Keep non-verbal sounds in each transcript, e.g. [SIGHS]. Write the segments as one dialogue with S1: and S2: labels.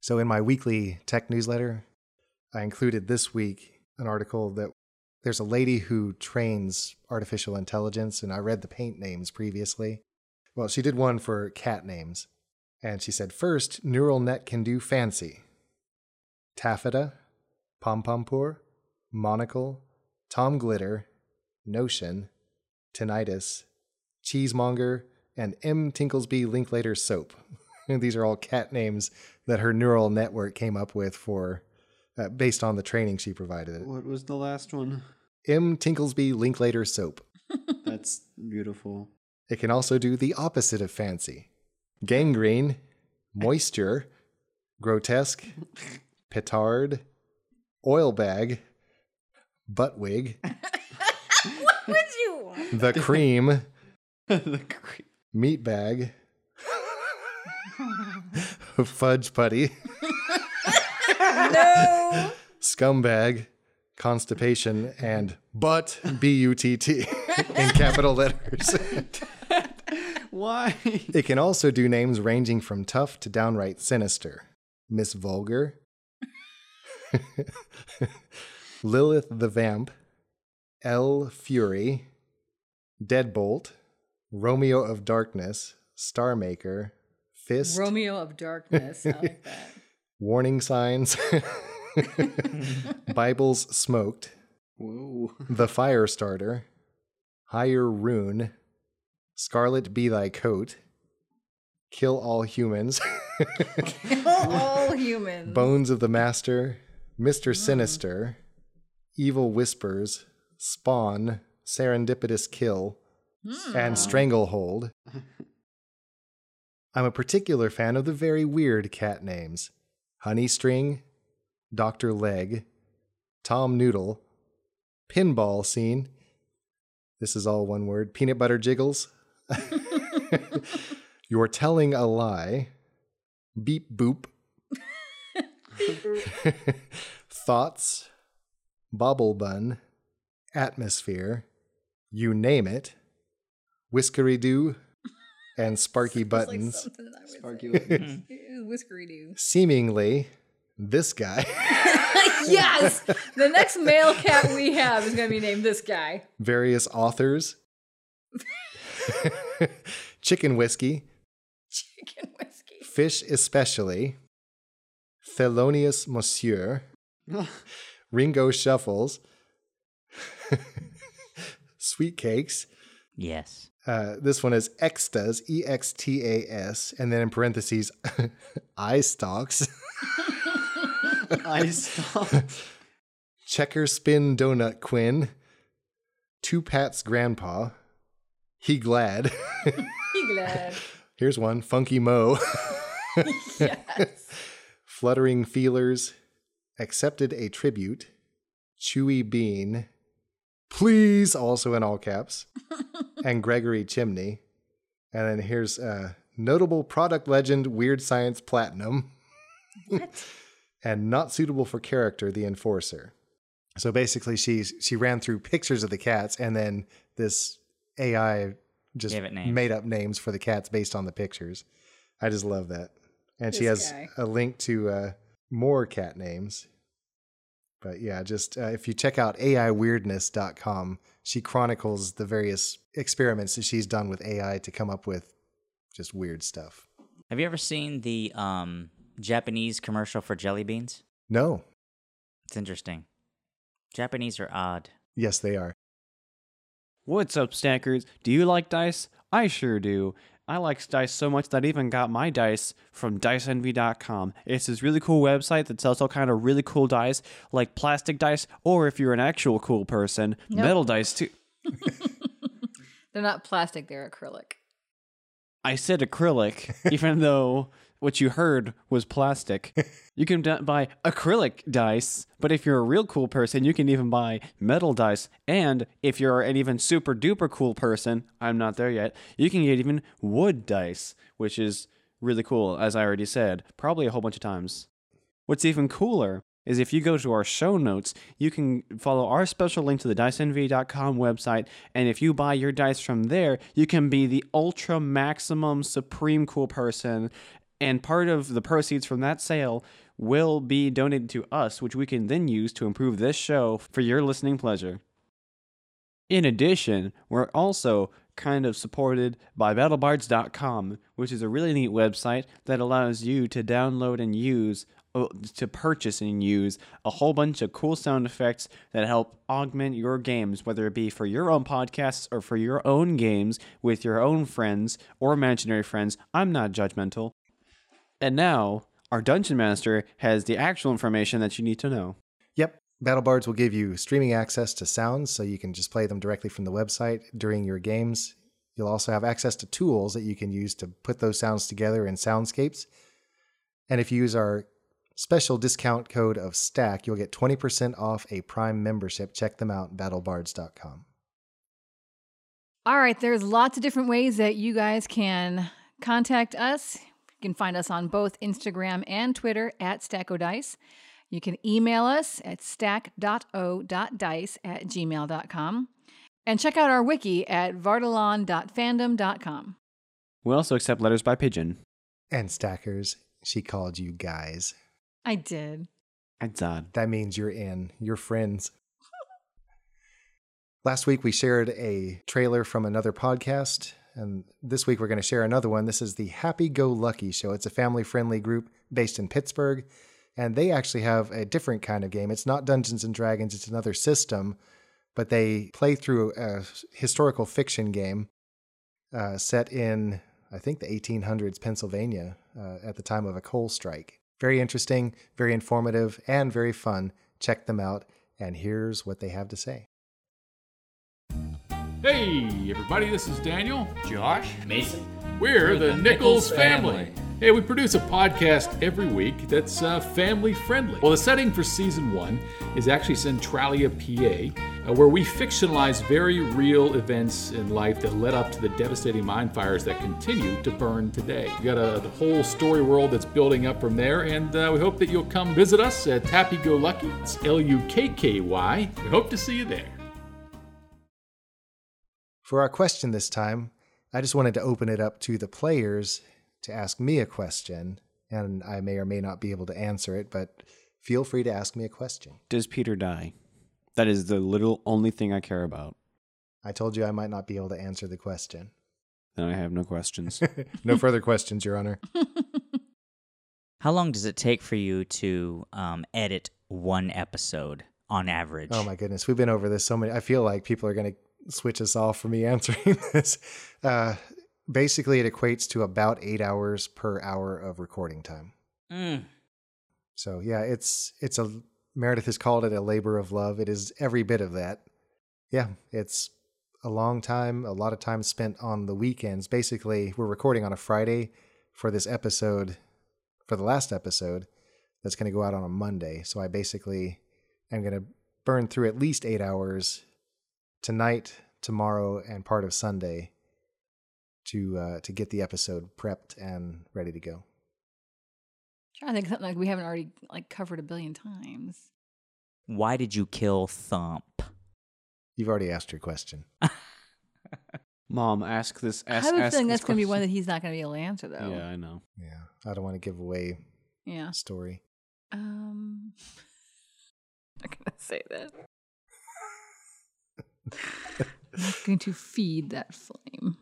S1: So in my weekly tech newsletter, I included this week an article that there's a lady who trains artificial intelligence, and I read the paint names previously. Well, she did one for cat names, and she said first, neural net can do fancy. Taffeta, Pompompur, Monocle, Tom Glitter, Notion, Tinnitus, Cheesemonger, and M. Tinklesby Linklater Soap. [LAUGHS] These are all cat names that her neural network came up with for uh, based on the training she provided it.
S2: What was the last one?
S1: M. Tinklesby Linklater Soap.
S2: [LAUGHS] That's beautiful.
S1: It can also do the opposite of fancy gangrene, moisture, grotesque, petard, oil bag, butt wig,
S3: what would you want?
S1: the cream,
S2: [LAUGHS] The cre-
S1: meat bag, fudge putty,
S3: No.
S1: scumbag, constipation, and butt, B U T T, in capital letters.
S2: Why?
S1: It can also do names ranging from tough to downright sinister. Miss Vulgar, [LAUGHS] Lilith the Vamp, L Fury, Deadbolt, Romeo of Darkness, Starmaker, Fist,
S3: Romeo of Darkness. I
S1: [LAUGHS]
S3: like that.
S1: Warning Signs, [LAUGHS] Bibles Smoked,
S2: [LAUGHS] Whoa.
S1: The Fire Starter, Higher Rune, Scarlet Be Thy Coat, Kill All Humans.
S3: [LAUGHS]
S1: [LAUGHS]
S3: All humans.
S1: Bones of the Master, Mr. Sinister, Evil Whispers, Spawn, Serendipitous Kill,
S3: Hmm.
S1: and Stranglehold. I'm a particular fan of the very weird cat names Honey String, Dr. Leg, Tom Noodle, Pinball Scene. This is all one word Peanut Butter Jiggles. [LAUGHS] You're telling a lie. Beep boop. Thoughts, Bobble Bun, Atmosphere, You Name It, Whiskery Doo, and
S3: [LAUGHS]
S1: Sparky
S3: It's like
S1: Buttons.
S3: something I would say.
S2: Sparky Lake.
S3: Whiskery do.
S1: Seemingly, this guy, [LAUGHS]
S3: [LAUGHS] yes. The next male cat we have is going to be named this guy. [LAUGHS]
S1: various authors, [LAUGHS] Chicken Whiskey,
S3: Chicken whiskey.
S1: Fish Especially, Thelonious Monsieur,
S2: [LAUGHS]
S1: Ringo Shuffles, [LAUGHS] Sweet Cakes,
S4: Yes.
S1: Uh, this one is extas, E X T A S, and then in parentheses, [LAUGHS] eye stalks,
S2: I stopped.
S1: [LAUGHS] checker spin donut Quinn, two pats grandpa, he glad. [LAUGHS]
S3: Be glad.
S1: Here's one, funky mo,
S3: [LAUGHS]
S1: [LAUGHS]
S3: Yes.
S1: fluttering feelers, accepted a tribute, chewy bean, please, also in all
S4: [LAUGHS]
S1: caps, and Gregory chimney. And then here's uh, notable product legend, weird science platinum.
S3: What?
S1: [LAUGHS] and not suitable for character the enforcer so basically she she ran through pictures of the cats and then this ai just
S4: Gave it names.
S1: made up names for the cats based on the pictures i just love that and she
S3: This
S1: has
S3: guy.
S1: a link to uh, more cat names but yeah just uh, if you check out aiweirdness.com she chronicles the various experiments that she's done with ai to come up with just weird stuff
S4: Have you ever seen the um, Japanese commercial for jelly beans?
S1: no
S4: It's interesting. Japanese are odd.
S1: yes they are
S2: What's up, Stackers? Do you like dice? I sure do. I like dice so much that I even got my dice from diceenvy.com. It's this really cool website that sells all kind of really cool dice, like plastic dice, or if you're an actual cool person,
S3: Nope.
S2: metal dice too.
S3: They're not plastic, they're acrylic.
S2: I said acrylic, even though what you heard was plastic. You can d- buy acrylic dice, but if you're a real cool person, you can even buy metal dice. And if you're an even super duper cool person, I'm not there yet, you can get even wood dice, which is really cool, as I already said, probably a whole bunch of times. What's even cooler is if you go to our show notes, you can follow our special link to the diceenvy.com website. And if you buy your dice from there, you can be the ultra maximum supreme cool person And part of the proceeds from that sale will be donated to us, which we can then use to improve this show for your listening pleasure. In addition, we're also kind of supported by battlebards.com, which is a really neat website that allows you to download and use oh, to purchase and use a whole bunch of cool sound effects that help augment your games, whether it be for your own podcasts or for your own games with your own friends or imaginary friends. I'm not judgmental. And now, our Dungeon Master has the actual information that you need to know.
S1: Yep. Battle Bards will give you streaming access to sounds so you can just play them directly from the website during your games. You'll also have access to tools that you can use to put those sounds together in soundscapes. And if you use our special discount code of STACK, you'll get 20% off a Prime membership. Check them out, battlebards.com.
S3: All right, there's lots of different ways that you guys can contact us. You can find us on both Instagram and Twitter at StackO'Dice. You can email us at stack.o.dice at gmail.com. And check out our wiki at vardalon.fandom.com.
S2: We also accept letters by pigeon.
S1: And Stackers, she called you guys.
S3: I did.
S2: That's odd.
S1: That means you're in, you're friends. Last week we shared a trailer from another podcast, and this week we're going to share another one. This is the Happy Go Lucky Show. It's a family friendly group based in Pittsburgh, and they actually have a different kind of game. It's not Dungeons and Dragons, it's another system, but they play through a historical fiction game uh, set in, I think, the 1800s Pennsylvania uh, at the time of a coal strike. Very interesting, very informative, and very fun. Check them out, and here's what they have to say.
S5: Hey, everybody, this is Daniel.
S6: Josh? Mason?
S5: We're the Nichols family. Hey, we produce a podcast every week that's uh, family friendly. Well, the setting for season one is actually Centralia, PA, uh, where we fictionalize very real events in life that led up to the devastating minefires that continue to burn today. We got a, the whole story world that's building up from there, and uh, we hope that you'll come visit us at Happy Go Lucky. It's L U K K Y. We hope to see you there.
S1: For our question this time, I just wanted to open it up to the players to ask me a question, and I may or may not be able to answer it, but feel free to ask me a question.
S2: Does Peter die? That is the little only thing I care about.
S1: I told you I might not be able to answer the question.
S2: And I have no questions.
S1: No further questions, Your Honor.
S4: How long does it take for you to um, edit one episode on average?
S1: Oh my goodness, we've been over this so many. I feel like people are going to switch us off for me [LAUGHS] answering this. Uh, basically, it equates to about eight hours per hour of recording time.
S4: Mm.
S1: So yeah, it's it's a Meredith has called it a labor of love. It is every bit of that. Yeah, it's a long time, a lot of time spent on the weekends. Basically, we're recording on a Friday for this episode, for the last episode that's going to go out on a Monday. So I basically am going to burn through at least eight hours tonight, tomorrow, and part of Sunday to uh, to get the episode prepped and ready to go.
S3: trying to think of something like we haven't already like covered a billion times.
S4: Why did you kill Thump?
S1: You've already asked your question.
S2: Mom, ask this. Ask,
S3: I have a
S2: ask
S3: feeling
S2: this
S3: that's going to be one that
S2: question.
S3: he's not going to be able to answer though.
S2: Yeah, I know.
S1: Yeah, I don't want to give away
S3: Yeah.
S1: story.
S3: Um, [LAUGHS] I'm not gonna say that. I'm not going to feed that flame.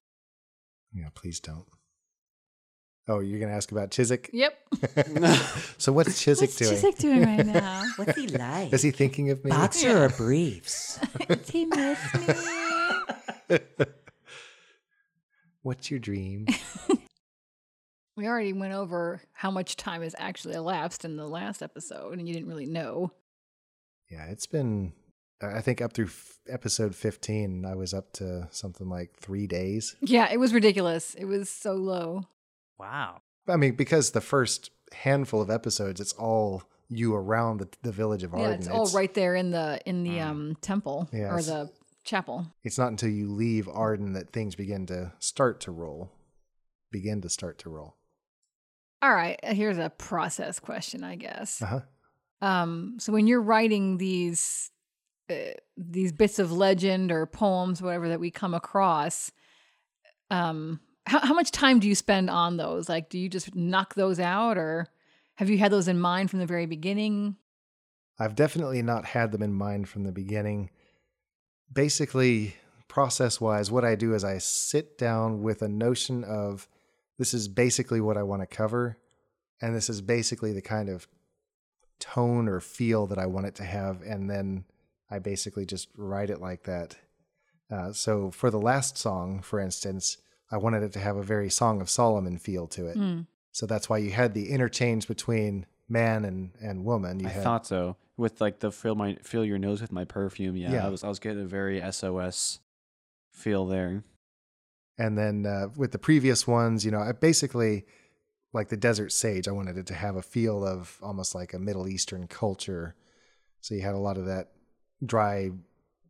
S1: Yeah, please don't. Oh, you're gonna ask about Chiswick.
S3: Yep.
S1: [LAUGHS] so
S3: [LAUGHS]
S1: what's Chiswick
S3: What's
S1: doing?
S3: Chiswick doing right now?
S4: [LAUGHS] What's he like?
S1: Is he thinking of me?
S4: Boxer or briefs?
S3: Does he [LAUGHS] miss me?
S1: [LAUGHS] what's your
S3: [LAUGHS]
S1: dream?
S3: [LAUGHS] We already went over how much time has actually elapsed in the last episode, and you didn't really know.
S1: yeah, it's been. I I think up through f- episode 15, I was up to something like three days.
S3: Yeah, it was ridiculous. It was so low.
S4: [LAUGHS] wow.
S1: I mean, because the first handful of episodes, it's all you around the, the village of Arden.
S3: Yeah, it's all right there in the in the um temple
S1: Yeah,
S3: or
S1: it's-
S3: the chapel.
S1: it's not until you leave Arden that things begin to start to roll, begin to start to roll.
S3: All right, here's a process question, I guess.
S1: Uh huh.
S3: Um, so when you're writing these uh, these bits of legend or poems, whatever that we come across, um, How, how much time do you spend on those? Like, do you just knock those out or have you had those in mind from the very beginning?
S1: I've definitely not had them in mind from the beginning. Basically, process wise, what I do is I sit down with a notion of this is basically what I want to cover, and this is basically the kind of tone or feel that I want it to have, and then I basically just write it like that. Uh, so, for the last song, for instance, I wanted it to have a very Song of Solomon feel to it.
S2: Hmm.
S3: Mm.
S1: So that's why you had the interchange between man and, and woman. You
S2: I
S1: had,
S2: thought so. With like the fill my fill your nose with my perfume. Yeah,
S1: Yeah.
S2: I was I was getting a very SOS feel there.
S1: And then uh, with the previous ones, you know, I basically like the Desert Sage, I wanted it to have a feel of almost like a Middle Eastern culture. So you had a lot of that dry,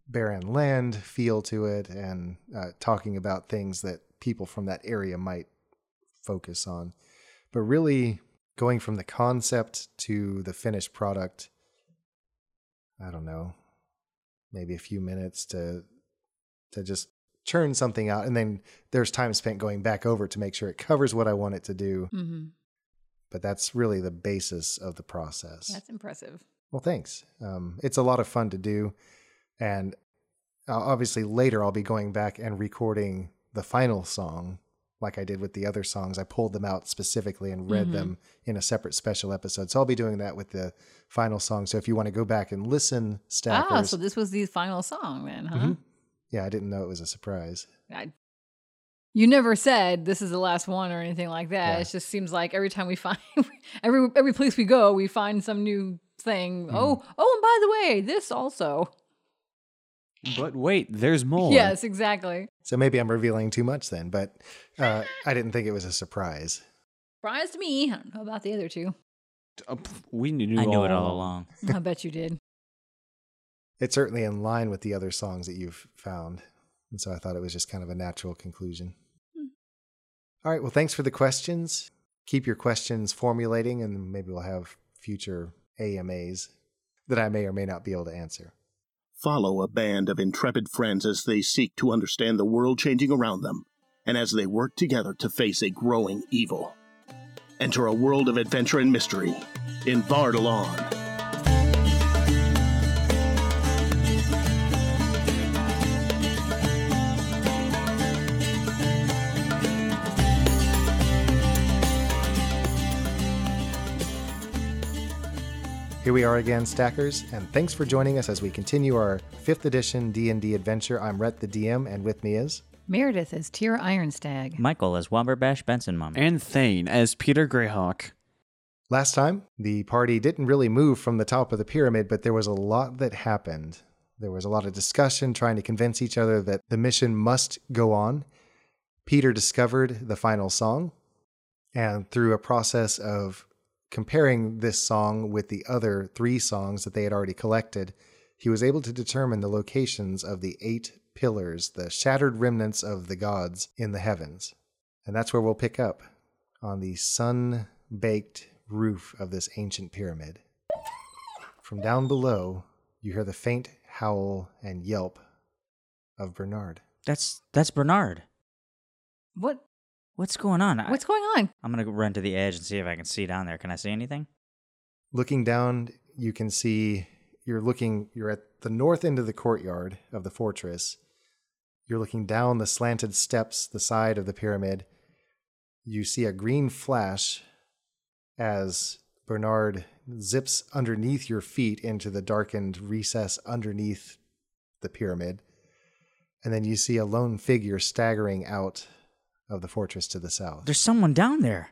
S1: barren land feel to it and uh, talking about things that people from that area might focus on. But really going from the concept to the finished product, I don't know, maybe a few minutes to to just churn something out and then there's time spent going back over to make sure it covers what I want it to do.
S3: hmm
S1: But that's really the basis of the process.
S3: That's impressive.
S1: Well, thanks. Um, it's a lot of fun to do. And uh, obviously, later I'll be going back and recording the final song like I did with the other songs. I pulled them out specifically and read
S3: Mhm.
S1: them in a separate special episode. So I'll be doing that with the final song. So if you want to go back and listen, stackers.
S3: Ah, so this uh-huh. was the final song then, huh?
S1: Mhm. yeah, I didn't know it was a surprise.
S3: I, you never said this is the last one or anything like that.
S1: Yeah.
S3: It just seems like every time we find [LAUGHS] every every place we go, we find some new thing. Oh, oh, and by the way, this also. [LAUGHS]
S2: But wait, there's more.
S3: Yes, exactly.
S1: So maybe I'm revealing too much then, but uh, I didn't think it was a surprise.
S3: Surprised me. I don't know about the other two.
S2: Uh, pff, we knew
S4: I knew it all along.
S3: I bet you did.
S1: It's certainly in line with the other songs that you've found. And so I thought it was just kind of a natural conclusion. All right. Well, thanks for the questions. Keep your questions formulating, and maybe we'll have future AMAs that I may or may not be able to answer.
S6: Follow a band of intrepid friends as they seek to understand the world changing around them and as they work together to face a growing evil. Enter a world of adventure and mystery in Bardalon.
S1: Here we are again, Stackers, and thanks for joining us as we continue our fifth edition D&D adventure. I'm Rhett the DM, and with me is...
S3: Meredith is Tira Ironstag.
S4: Michael as Womberbash Benson Mom.
S2: And Thane as Peter Greyhawk.
S1: Last time, the party didn't really move from the top of the pyramid, but there was a lot that happened. There was a lot of discussion trying to convince each other that the mission must go on. Peter discovered the final song, and through a process of comparing this song with the other three songs that they had already collected, he was able to determine the locations of the eight pillars, the shattered remnants of the gods in the heavens. And that's where we'll pick up on the sun baked roof of this ancient pyramid. From down below, you hear the faint howl and yelp of Bernard.
S4: That's that's Bernard.
S3: What
S4: What's going on? I,
S3: what's going on?
S4: I'm gonna run to the edge and see if I can see down there. Can I see anything?
S1: Looking down, you can see you're looking, you're at the north end of the courtyard of the fortress. You're looking down the slanted steps, the side of the pyramid. You see a green flash as Bernard zips underneath your feet into the darkened recess underneath the pyramid. And then you see a lone figure staggering out of the fortress to the south.
S4: There's someone down there.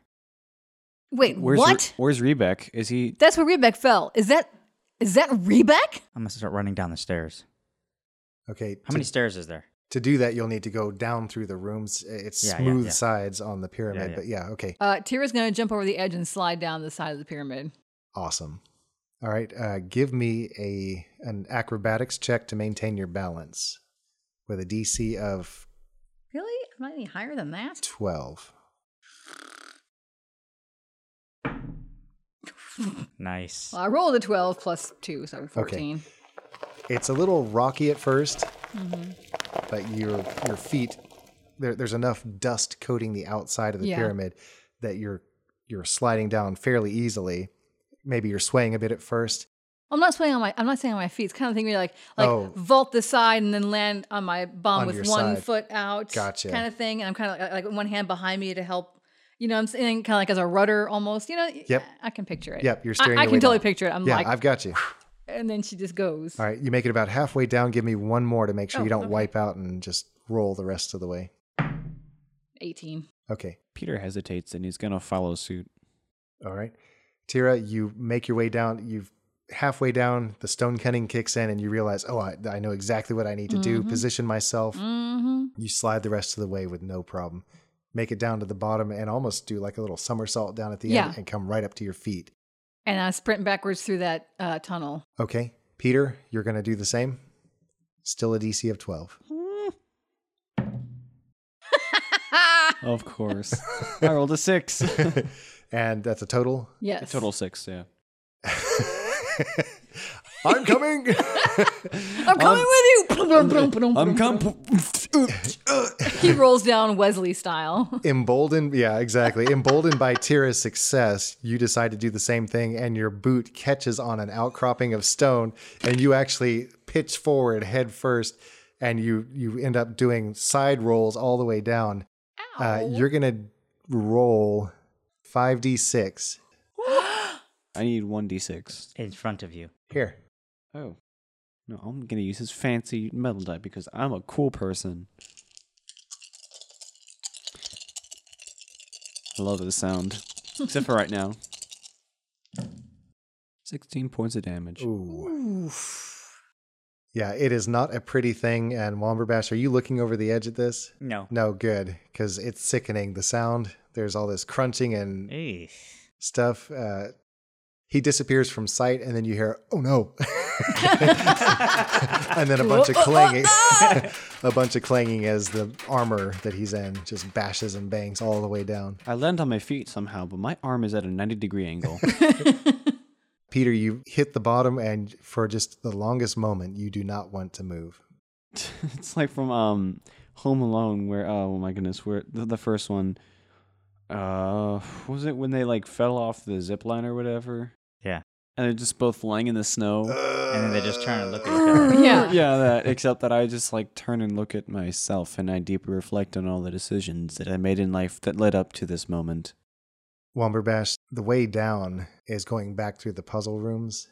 S3: Wait,
S2: Where's
S3: what?
S2: Re- where's Rebek? Is he
S3: That's where Rebek fell. Is that is that Rebek?
S4: I'm gonna start running down the stairs.
S1: okay.
S4: How many stairs is there?
S1: to do that you'll need to go down through the rooms it's
S4: Yeah, yeah,
S1: smooth
S4: yeah.
S1: sides on the pyramid
S4: yeah.
S1: but yeah okay
S3: Uh, Tira's gonna jump over the edge and slide down the side of the pyramid.
S1: awesome all right uh, give me a an acrobatics check to maintain your balance with a dc of
S3: Really? I'm not any higher than that.
S1: 12
S4: Nice.
S3: Well, I rolled a 12 plus 2, so 14. Mm-hmm.
S1: it's a little rocky at 1st but your your feet there, there's enough dust coating the outside of the
S3: Yeah.
S1: pyramid that you're you're sliding down fairly easily. Maybe you're swaying a bit at first.
S3: I'm not swaying on my. I'm not saying on my feet. It's kind of thing where you like like
S1: Oh.
S3: vault the side and then land on my bum
S1: On
S3: with
S1: your
S3: one
S1: side.
S3: foot out.
S1: Gotcha.
S3: Kind of thing, and I'm kind of like, like one hand behind me to help. You know, what I'm saying kind of like as a rudder almost. You know.
S1: Yep.
S3: I can picture it.
S1: Yep, you're
S3: I-
S1: steering
S3: I,
S1: your
S3: can
S1: way
S3: totally
S1: down.
S3: picture it. I'm
S1: yeah,
S3: like,
S1: I've got you.
S3: and then she just goes.
S1: All right, you make it about halfway down. Give me one more to make sure
S3: Oh,
S1: you don't
S3: okay.
S1: wipe out and just roll the rest of the way.
S3: 18.
S1: Okay.
S2: Peter hesitates and he's gonna follow suit.
S1: All right. Tira, you make your way down. You've halfway down, the stone cutting kicks in, and you realize, oh, I, I know exactly what I need to do.
S3: Mhm.
S1: Position myself.
S3: Mm-hmm.
S1: You slide the rest of the way with no problem. Make it down to the bottom and almost do like a little somersault down at the
S3: Yeah.
S1: end and come right up to your feet.
S3: And I sprint backwards through that uh, tunnel.
S1: Okay. Peter, you're going to do the same. Still a DC of 12.
S3: Mm-hmm.
S2: Of [LAUGHS] course. I rolled a six.
S1: and that's a total. [LAUGHS]
S2: A
S3: yes.
S2: total six, yeah.
S1: I'm coming. [LAUGHS]
S3: I'm coming with you.
S2: I'm come.
S3: He rolls down Wesley style.
S1: Emboldened, yeah, exactly. Emboldened by Tira's success, you decide to do the same thing, and your boot catches on an outcropping of stone, and you actually pitch forward head first, and you you end up doing side rolls all the way down. Uh,
S3: Oh.
S1: you're gonna roll five d six
S2: I need one d six.
S4: in front of you.
S1: here.
S2: Oh. No, I'm gonna use his fancy metal die because I'm a cool person. I love the sound. Except for right now. 16 points of damage.
S1: Ooh. Yeah, it is not a pretty thing. And Womberbash, are you looking over the edge at this?
S4: No.
S1: No, good, because it's sickening. The sound. There's all this crunching and
S4: Eesh.
S1: stuff. Uh, he disappears from sight, and then you hear, "Oh no!" [LAUGHS] and then a bunch of clanging, [LAUGHS] a bunch of clanging as the armor that he's in just bashes and bangs all the way down.
S2: I land on my feet somehow, but my arm is at a 90 degree angle.
S1: Peter, you hit the bottom, and for just the longest moment, you do not want to move.
S2: [LAUGHS] it's like from um Home Alone, where oh my goodness, where the, the first one, uh, was it when they like fell off the zip line or whatever?
S4: Yeah.
S2: and they're just both lying in the snow.
S4: And then they just turn and look at each
S1: [GASPS]
S3: [GASPS]
S4: other.
S3: [LAUGHS] yeah.
S2: yeah, that. Except that I just like turn and look at myself, and I deeply reflect on all the decisions that I made in life that led up to this moment.
S1: Womberbash, the way down is going back through the puzzle rooms.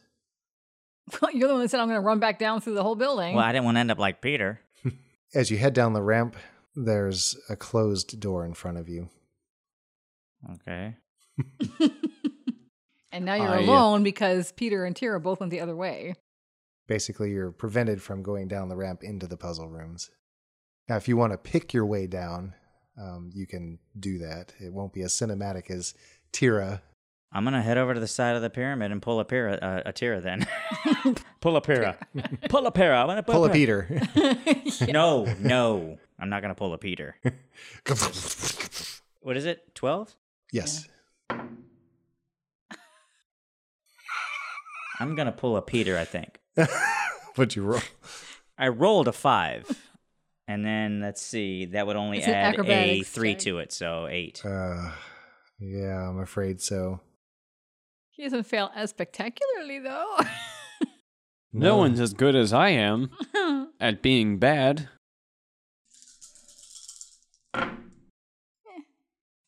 S3: [LAUGHS] You're the one that said I'm going to run back down through the whole building.
S4: Well, I didn't want to end up like Peter.
S1: As you head down the ramp, there's a closed door in front of you.
S4: Okay.
S3: and now you're
S2: I, uh,
S3: alone because Peter and Tira both went the other way.
S1: basically you're prevented from going down the ramp into the puzzle rooms. Now, if you want to pick your way down, um, you can do that. It won't be as cinematic as Tira.
S4: I'm gonna head over to the side of the pyramid and pull a pira, uh, a
S3: [LAUGHS]
S4: tira then. pull a pira. pull a pira. I'm gonna pull,
S1: Pull a Peter. [LAUGHS]
S4: No, no, I'm not gonna pull a Peter. What is it? Twelve?
S1: yes.
S4: I'm gonna pull a Peter. I think
S1: Would you roll?
S4: I rolled a five, and then let's see. That would only
S3: It's an
S4: add a
S3: acrobatics
S4: three
S3: check.
S4: to it, so eight.
S1: Uh, yeah, I'm afraid so.
S3: He doesn't fail as spectacularly, though. [LAUGHS]
S2: No, one's as good as I am at being bad.
S4: Is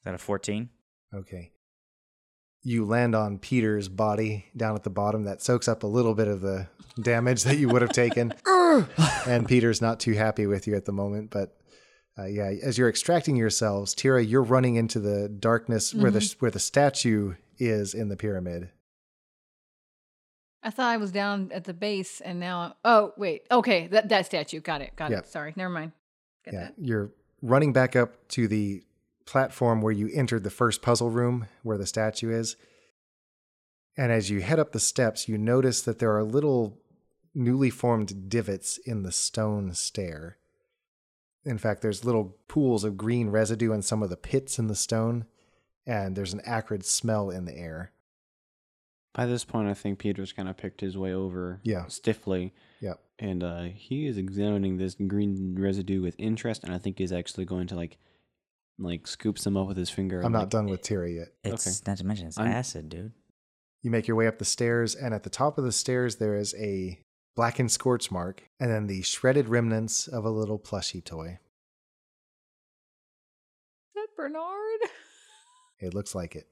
S4: that a fourteen?
S1: Okay. You land on Peter's body down at the bottom. That soaks up a little bit of the damage that you would have taken. and Peter's not too happy with you at the moment. But uh, yeah, as you're extracting yourselves, Tira, you're running into the darkness where the where the statue is in the pyramid.
S3: I thought I was down at the base, and now I'm. Oh, wait. Okay, that, that statue. Got it. Got
S1: Yeah.
S3: it. Sorry. Never mind. Got
S1: yeah,
S3: that.
S1: you're running back up to the platform where you entered the first puzzle room where the statue is. And as you head up the steps, you notice that there are little newly formed divots in the stone stair. In fact, there's little pools of green residue in some of the pits in the stone, and there's an acrid smell in the air.
S2: By this point, I think Peter's kind of picked his way over
S1: Yeah.
S2: stiffly,
S1: Yeah.
S2: and uh, he is examining this green residue with interest. And I think he's actually going to like, like scoop some up with his finger.
S1: I'm
S2: and,
S1: not
S2: like-
S1: done with Tyria yet.
S4: It's
S2: Okay.
S4: not to mention it's
S2: I'm-
S4: acid, dude.
S1: You make your way up the stairs, and at the top of the stairs, there is a blackened scorch mark and then the shredded remnants of a little plushy toy.
S3: that Bernard?
S1: It looks like it.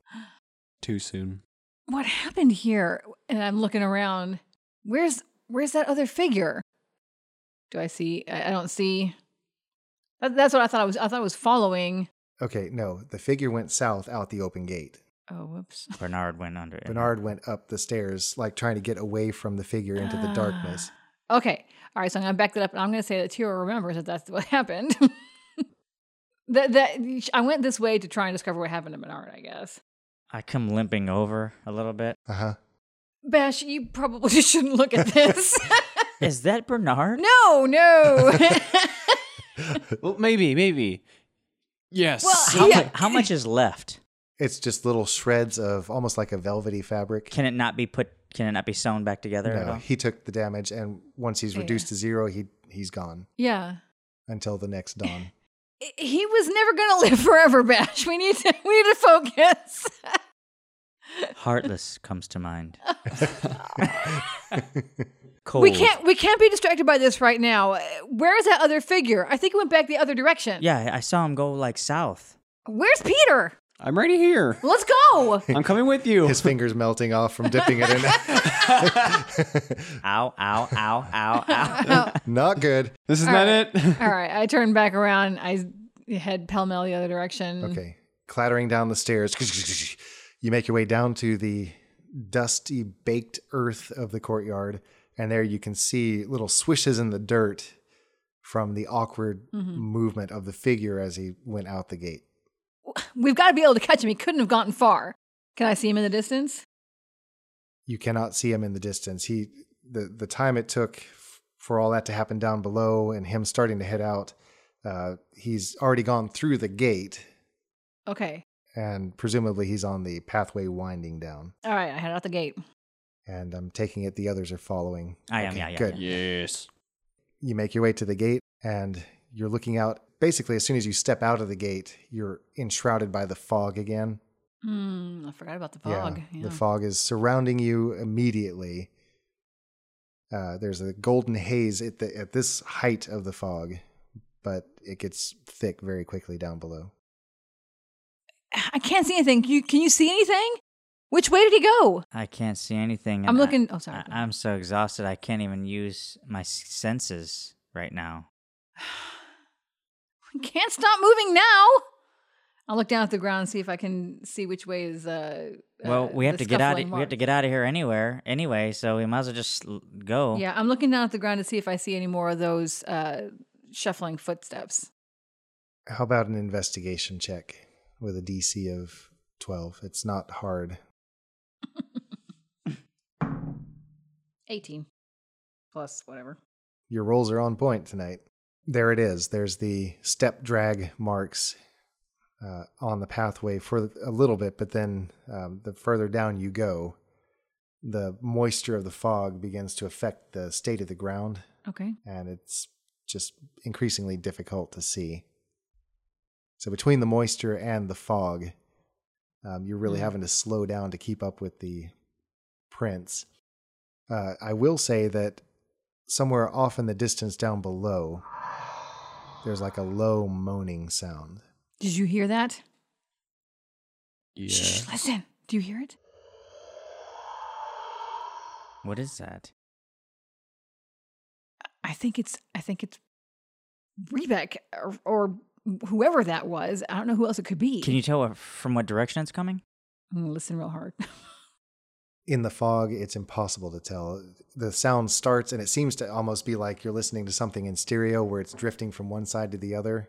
S2: Too soon.
S3: What happened here? And I'm looking around. Where's where's that other figure? Do I see? I, I don't see. That, that's what I thought. I was I thought I was following.
S1: Okay, no, the figure went south out the open gate.
S3: Oh, whoops.
S4: Bernard went under. it.
S1: Bernard went up the stairs, like trying to get away from the figure into the darkness.
S3: Okay. All right. So I'm going to back that up, and I'm going to say that Tira remembers that that's what [LAUGHS] happened. that that I went this way to try and discover what happened to Bernard. I guess.
S4: I come limping over a
S3: [LAUGHS]
S4: little bit.
S1: Uh huh.
S3: Bash, you probably [LAUGHS] shouldn't look at
S4: [LAUGHS]
S3: this. [LAUGHS]
S4: Is that Bernard?
S3: no, no. [LAUGHS]
S2: Well, maybe, maybe. Yes.
S3: Well,
S4: How,
S3: Yeah.
S4: mu- how much is left?
S1: It's just little shreds of almost like a velvety fabric.
S4: Can it not be put? Can it not be sewn back together at
S1: No, [LAUGHS]
S4: all?
S1: he took the damage, and once he's
S3: Yeah.
S1: reduced to zero, he he's gone
S3: yeah.
S1: until the next dawn.
S3: he was never going to live [LAUGHS] forever, Bash. We need to [LAUGHS] we need to focus. [LAUGHS]
S4: Heartless comes to mind. Cold.
S3: We can't we can't be distracted by this right now. Uh, Where is that other figure? I think it went back the other direction.
S4: Yeah, I- I saw him go like south.
S3: Where's Peter?
S2: I'm ready here.
S3: Let's
S4: [LAUGHS]
S3: go.
S2: I'm coming with you.
S1: His fingers melting off from dipping it in.
S4: Ow! Ow! Ow! Ow!
S3: [LAUGHS]
S4: Ow!
S1: Not good.
S2: this is
S3: All
S2: not
S3: right.
S2: it. [LAUGHS]
S3: All right, I turned back around. I head pell mell the other direction.
S1: Okay. Clattering down the stairs, [LAUGHS] you make your way down to the dusty, baked earth of the courtyard. And there you can see little swishes in the dirt from the awkward
S3: Mm. Mm-hmm.
S1: movement of the figure as he went out the gate.
S3: We've got to be able to catch him. He couldn't have gotten far. Can I see him in the distance?
S1: You cannot see him in the distance. He, the, the time it took f- for all that to happen down below and him starting to head out, uh, he's already gone through the gate
S3: Okay.
S1: and presumably he's on the pathway winding down.
S3: All right, I head out the gate.
S1: And I'm taking it the others are following.
S4: I am, yeah, yeah,
S1: Good.
S2: yes.
S1: You make your way to the gate and you're looking out. Basically, as soon as you step out of the gate, you're enshrouded by the fog again.
S3: Hmm, I forgot about the fog. Yeah.
S1: The fog is surrounding you immediately. Uh, there's a golden haze at, the, at this height of the fog, but it gets thick very quickly down below.
S3: I can't see anything. You can you see anything? Which way did he go?
S4: I can't see anything. and
S3: I'm
S4: I-
S3: looking. oh, sorry.
S4: I, I'm so exhausted. I can't even use my s- senses right now.
S3: We can't stop moving now. I'll look down at the ground and see if I can see which way is. Uh,
S4: Well,
S3: uh,
S4: we have
S3: the
S4: to get out. Of,
S3: scuffling
S4: we have to
S3: mark.
S4: get out of here anywhere anyway. So we might as well just l- go.
S3: Yeah, I'm looking down at the ground to see if I see any more of those uh, shuffling footsteps.
S1: How about an investigation check with a DC of 12? It's not hard.
S3: 18 plus whatever.
S1: Your rolls are on point tonight. There it is. There's the step drag marks uh, on the pathway for a little bit, but then um, the further down you go, the moisture of the fog begins to affect the state of the ground,
S3: Okay.
S1: and it's just increasingly difficult to see. So, between the moisture and the fog, um, you're really
S3: Mm.
S1: having to slow down to keep up with the prints. Uh, I will say that somewhere off in the distance down below, there's like a low moaning sound.
S3: Did you hear that?
S2: Yeah.
S3: Shh, listen. Do you hear it?
S4: What is that?
S3: I think it's. I think it's Rebek or, or whoever that was. I don't know who else it could be.
S4: Can you tell wh- from what direction it's coming?
S3: I'm gonna listen real hard? [LAUGHS]
S1: In the fog, it's impossible to tell. The sound starts and it seems to almost be like you're listening to something in stereo where it's drifting from one side to the other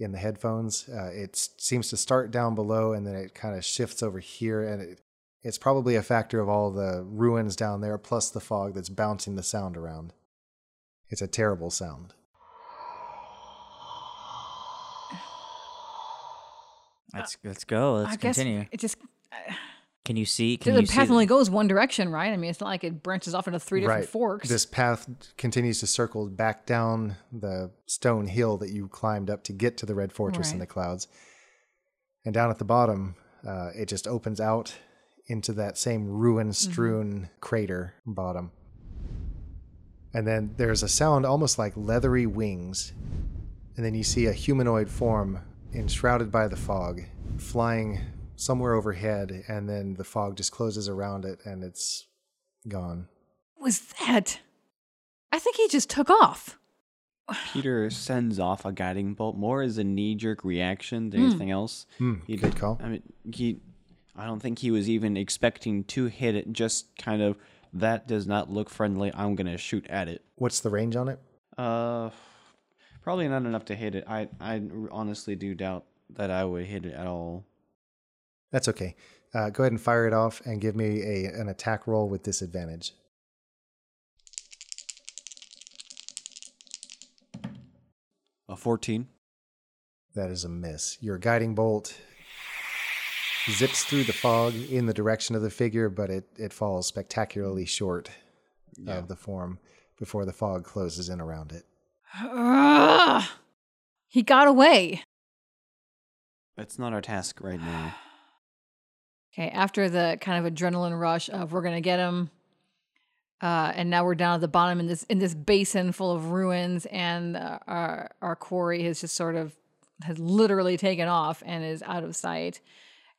S1: in the headphones. Uh, it s- seems to start down below and then it kind of shifts over here. And it, it's probably a factor of all the ruins down there plus the fog that's bouncing the sound around. It's a terrible sound.
S4: Let's let's go. Let's
S3: I guess Uh,
S4: continue.
S3: It just. I-
S4: Can you see? Can
S3: The
S4: you
S3: path
S4: see?
S3: only goes one direction, right? I mean, it's not like it branches off into three different forks.
S1: This path continues to circle back down the stone hill that you climbed up to get to the Red Fortress in
S3: Right.
S1: the clouds. And down at the bottom, uh, it just opens out into that same ruin
S3: Mm-hmm.
S1: strewn crater bottom. And then there's a sound almost like leathery wings. And then you see a humanoid form enshrouded by the fog flying somewhere overhead. And then the fog just closes around it and it's gone.
S3: What was that? I think he just took off.
S2: Peter sends off a guiding bolt more as a knee jerk reaction than
S3: Hmm.
S2: anything else.
S1: Hmm,
S2: He
S1: good
S2: did-
S1: call.
S2: I mean, he. I don't think he was even expecting to hit it. Just kind of that does not look friendly. I'm gonna shoot at it.
S1: What's the range on it?
S2: Uh, probably not enough to hit it. I I honestly do doubt that I would hit it at all.
S1: That's okay. Uh, go ahead and fire it off and give me a an attack roll with disadvantage.
S2: A fourteen.
S1: That is a miss. Your guiding bolt zips through the fog in the direction of the figure, but it, it falls spectacularly short of the form before the fog closes in around it.
S3: Ugh. He got away.
S2: That's not our task right now.
S3: Okay, after the kind of adrenaline rush of we're gonna get him, uh, and now we're down at the bottom in this in this basin full of ruins, and uh, our our quarry has just sort of has literally taken off and is out of sight.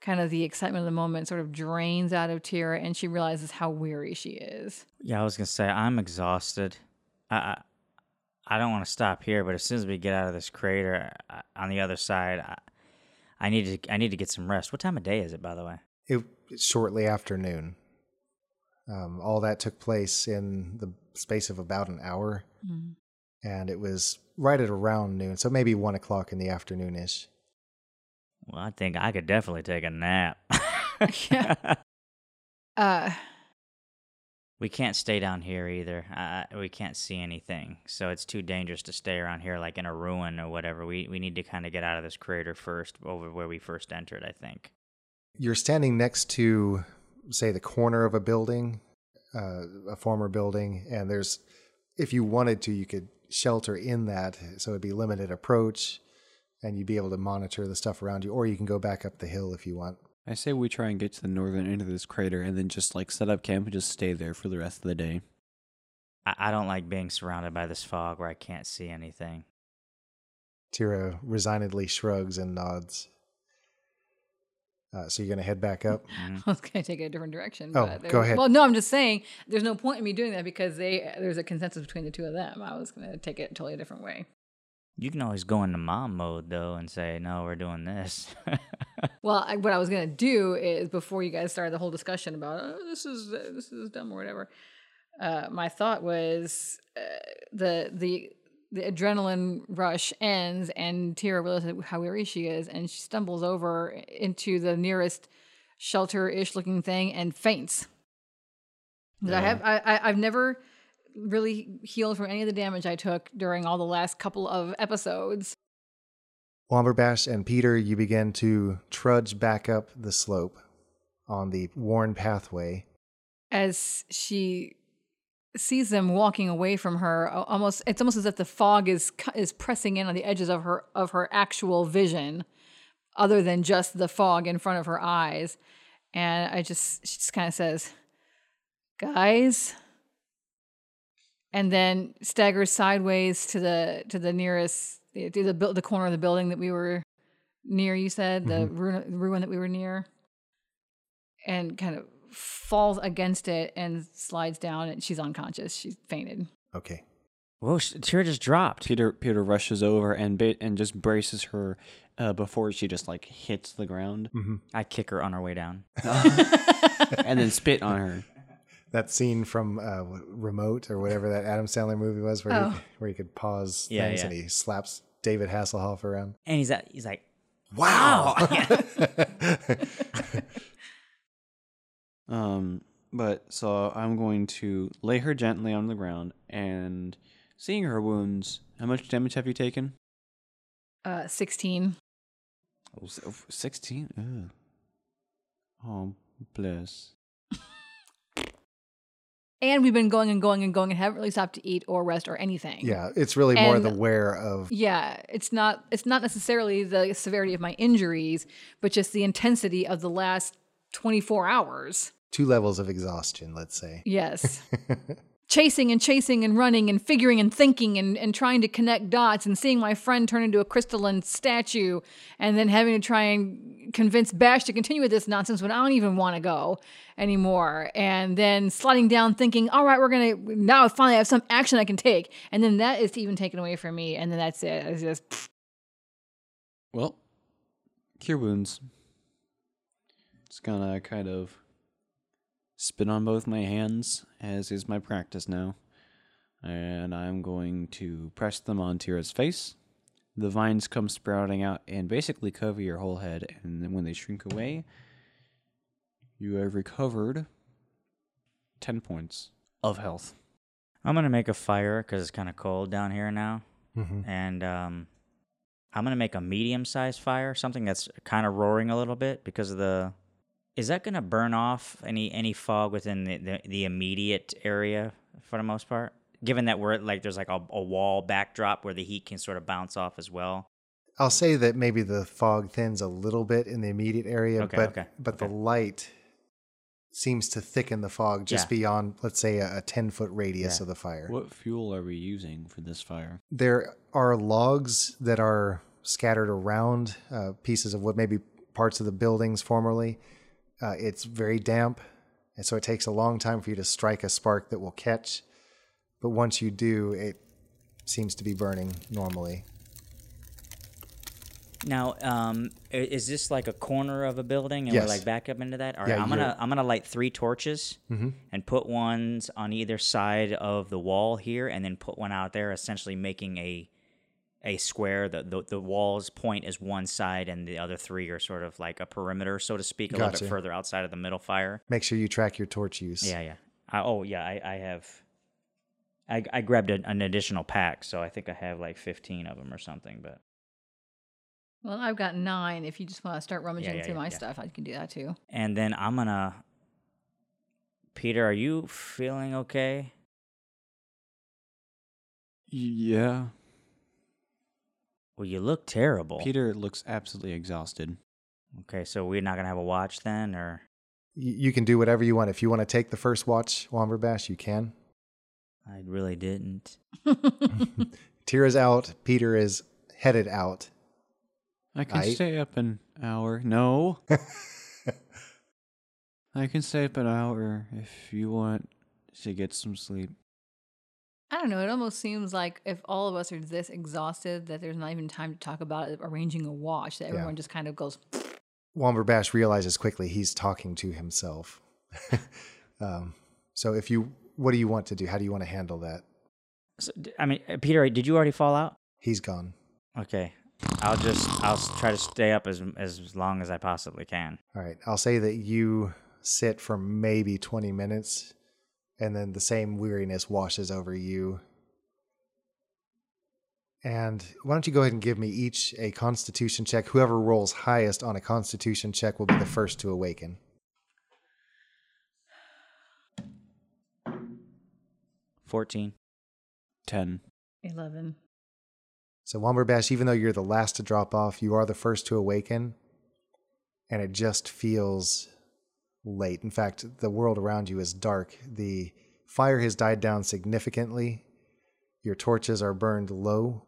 S3: Kind of the excitement of the moment sort of drains out of Tira, and she realizes how weary she is.
S4: Yeah, I was gonna say I'm exhausted. I I, I don't want to stop here, but as soon as we get out of this crater I, on the other side, I, I need to I need to get some rest. What time of day is it, by the way?
S1: It it's shortly after noon. Um, all that took place in the space of about an hour, and it was right at around noon, so maybe one o'clock in the afternoon ish.
S4: Well, I think I could definitely take a nap.
S3: [LAUGHS] Yeah. Uh,
S4: [LAUGHS]
S3: [LAUGHS]
S4: we can't stay down here either. Uh, we can't see anything, so it's too dangerous to stay around here, like in a ruin or whatever. We we need to kind of get out of this crater first, over where we first entered. I think.
S1: you're standing next to say the corner of a building uh, a former building and there's if you wanted to you could shelter in that so it'd be limited approach and you'd be able to monitor the stuff around you or you can go back up the hill if you want
S2: [SIGHS] I say we try and get to the northern end of this crater and then just like set up camp and just stay there for the rest of the day.
S4: I, I don't like being surrounded by this fog where I can't see anything.
S1: tira resignedly shrugs and nods uh, so you're gonna head back up
S4: Mm.
S3: I was gonna take it a different direction.
S1: Oh,
S3: but there
S1: go
S3: was-
S1: ahead.
S3: Well, no, I'm just saying there's no point in me doing that because they there's a consensus between the two of them. I was gonna take it totally a different way.
S4: You can always go into mom mode though and say, "No, we're doing this." [LAUGHS]
S3: Well, I, what I was gonna do is before you guys started the whole discussion about oh, this is this is dumb or whatever. Uh, my thought was uh, the the the adrenaline rush ends and Tira realizes how weary she is and she stumbles over into the nearest shelter ish looking thing and faints. 'Cause I have I, I I've never really healed from any of the damage I took during all the last couple of episodes.
S1: Womberbash and Peter, you begin to trudge back up the slope on the worn pathway.
S3: as she sees them walking away from her a- almost it's almost as if the fog is cu- is pressing in on the edges of her of her actual vision other than just the fog in front of her eyes and i just she just kind of says guys and then staggers sideways to the to the nearest to the buil- the corner of the building that we were near you said the ruin, ruin that we were near and kind of falls against it and slides down and she's unconscious she's fainted
S1: Okay.
S4: Whoa, sh- Tira just dropped.
S2: Peter Peter rushes over and bit and just braces her uh, before she just like hits the ground
S4: I kick her on her way down.
S2: [LAUGHS] and then spit on her.
S1: that scene from uh, what- Remote or whatever that Adam Sandler movie was, where
S3: Oh.
S1: he, [LAUGHS] where he could pause
S4: Yeah,
S1: things
S4: yeah.
S1: and he slaps David Hasselhoff around.
S4: And he's at, he's like,
S1: Wow!
S4: [LAUGHS]
S2: Um, but so I'm going to lay her gently on the ground and seeing her wounds. How much damage have you taken?
S3: uh 16
S2: Sixteen. Oh, Plus.
S3: And we've been going and going and going and haven't really stopped to eat or rest or anything.
S1: Yeah, it's really more
S3: And-
S1: the wear of
S3: Yeah, it's not it's not necessarily the severity of my injuries, but just the intensity of the last 24 hours.
S1: two levels of exhaustion, let's say.
S4: [LAUGHS]
S3: Yes. chasing and chasing and running and figuring and thinking and, and trying to connect dots and seeing my friend turn into a crystalline statue and then having to try and convince Bash to continue with this nonsense when I don't even want to go anymore. And then sliding down thinking, all right, we're going to now finally I have some action I can take. And then that is even taken away from me. And then that's it. It's just, pfft.
S2: Well, cure wounds. Just gonna kind of spit on both my hands, as is my practice now. And I'm going to press them on Tira's face. The vines come sprouting out and basically cover your whole head, and then when they shrink away, you have recovered 10 points of health.
S4: I'm gonna make a fire because it's kind of cold down here now,
S1: Mhm.
S4: and um, I'm gonna make a medium-sized fire, something that's kind of roaring a little bit because of the. Is that gonna burn off any any fog within the, the, the immediate area for the most part? Given that we're at, like there's like a, a wall backdrop where the heat can sort of bounce off as well.
S1: I'll say that maybe the fog thins a little bit in the immediate area,
S4: Okay,
S1: but
S4: okay,
S1: but
S4: okay.
S1: the light seems to thicken the fog just
S4: Yeah.
S1: beyond, let's say, a, a ten foot radius
S4: Yeah.
S1: of the fire.
S2: What fuel are we using for this fire?
S1: There are logs that are scattered around uh, pieces of wood, maybe parts of the buildings formerly. Uh, it's very damp, and so it takes a long time for you to strike a spark that will catch. But once you do, it seems to be burning normally.
S4: Now, um, i- is this like a corner of a building, and
S1: Yes.
S4: we're like back up into that? All right,
S1: Yeah,
S4: I'm gonna
S1: you're- Mm-hmm.
S4: I'm gonna light three torches and put ones on either side of the wall here, and then put one out there, essentially making a a square. The the, the walls point as one side, and the other three are sort of like a perimeter, so to speak, a little
S1: Gotcha.
S4: bit further outside of the middle fire.
S1: Make sure you track your torch use.
S4: Yeah, yeah. I, oh, yeah. I, I have. I, I grabbed an, an additional pack, so I think I have like 15 of them or something. But
S3: well, I've got nine. If you just want to start rummaging
S4: yeah,
S3: through
S4: yeah,
S3: my
S4: yeah.
S3: stuff, I can do that too.
S4: And then I'm gonna. Peter, are you feeling okay?
S2: Yeah.
S4: Well, you look terrible.
S2: Peter looks absolutely exhausted.
S4: Okay, so we're not gonna have a watch then, or
S1: you, you can do whatever you want. If you want to take the first watch, Womberbash, you can.
S4: I really didn't.
S1: Tira's out. Peter is headed out.
S2: I can
S1: I-
S2: stay up an hour.
S4: [LAUGHS]
S2: No. I can stay up an hour if you want to get some sleep.
S3: I don't know. It almost seems like if all of us are this exhausted that there's not even time to talk about it, arranging a watch, that
S1: Yeah.
S3: everyone just kind of goes,
S1: Womberbash realizes quickly he's talking to himself. [LAUGHS] um, so if you, what do you want to do? How do you want to handle that?
S4: So, d- I mean, uh, Peter, did you already fall out?
S1: He's gone.
S4: Okay, I'll just I'll s- try to stay up as as long as I possibly can.
S1: All right. I'll say that you sit for maybe 20 minutes and then the same weariness washes over you. And why don't you go ahead and give me each a constitution check? Whoever rolls highest on a constitution check will be the first to awaken.
S4: Fourteen.
S2: 10.
S3: 11.
S1: So, Womberbash, even though you're the last to drop off, you are the first to awaken. And it just feels late. In fact, the world around you is dark. The fire has died down significantly. Your torches are burned low.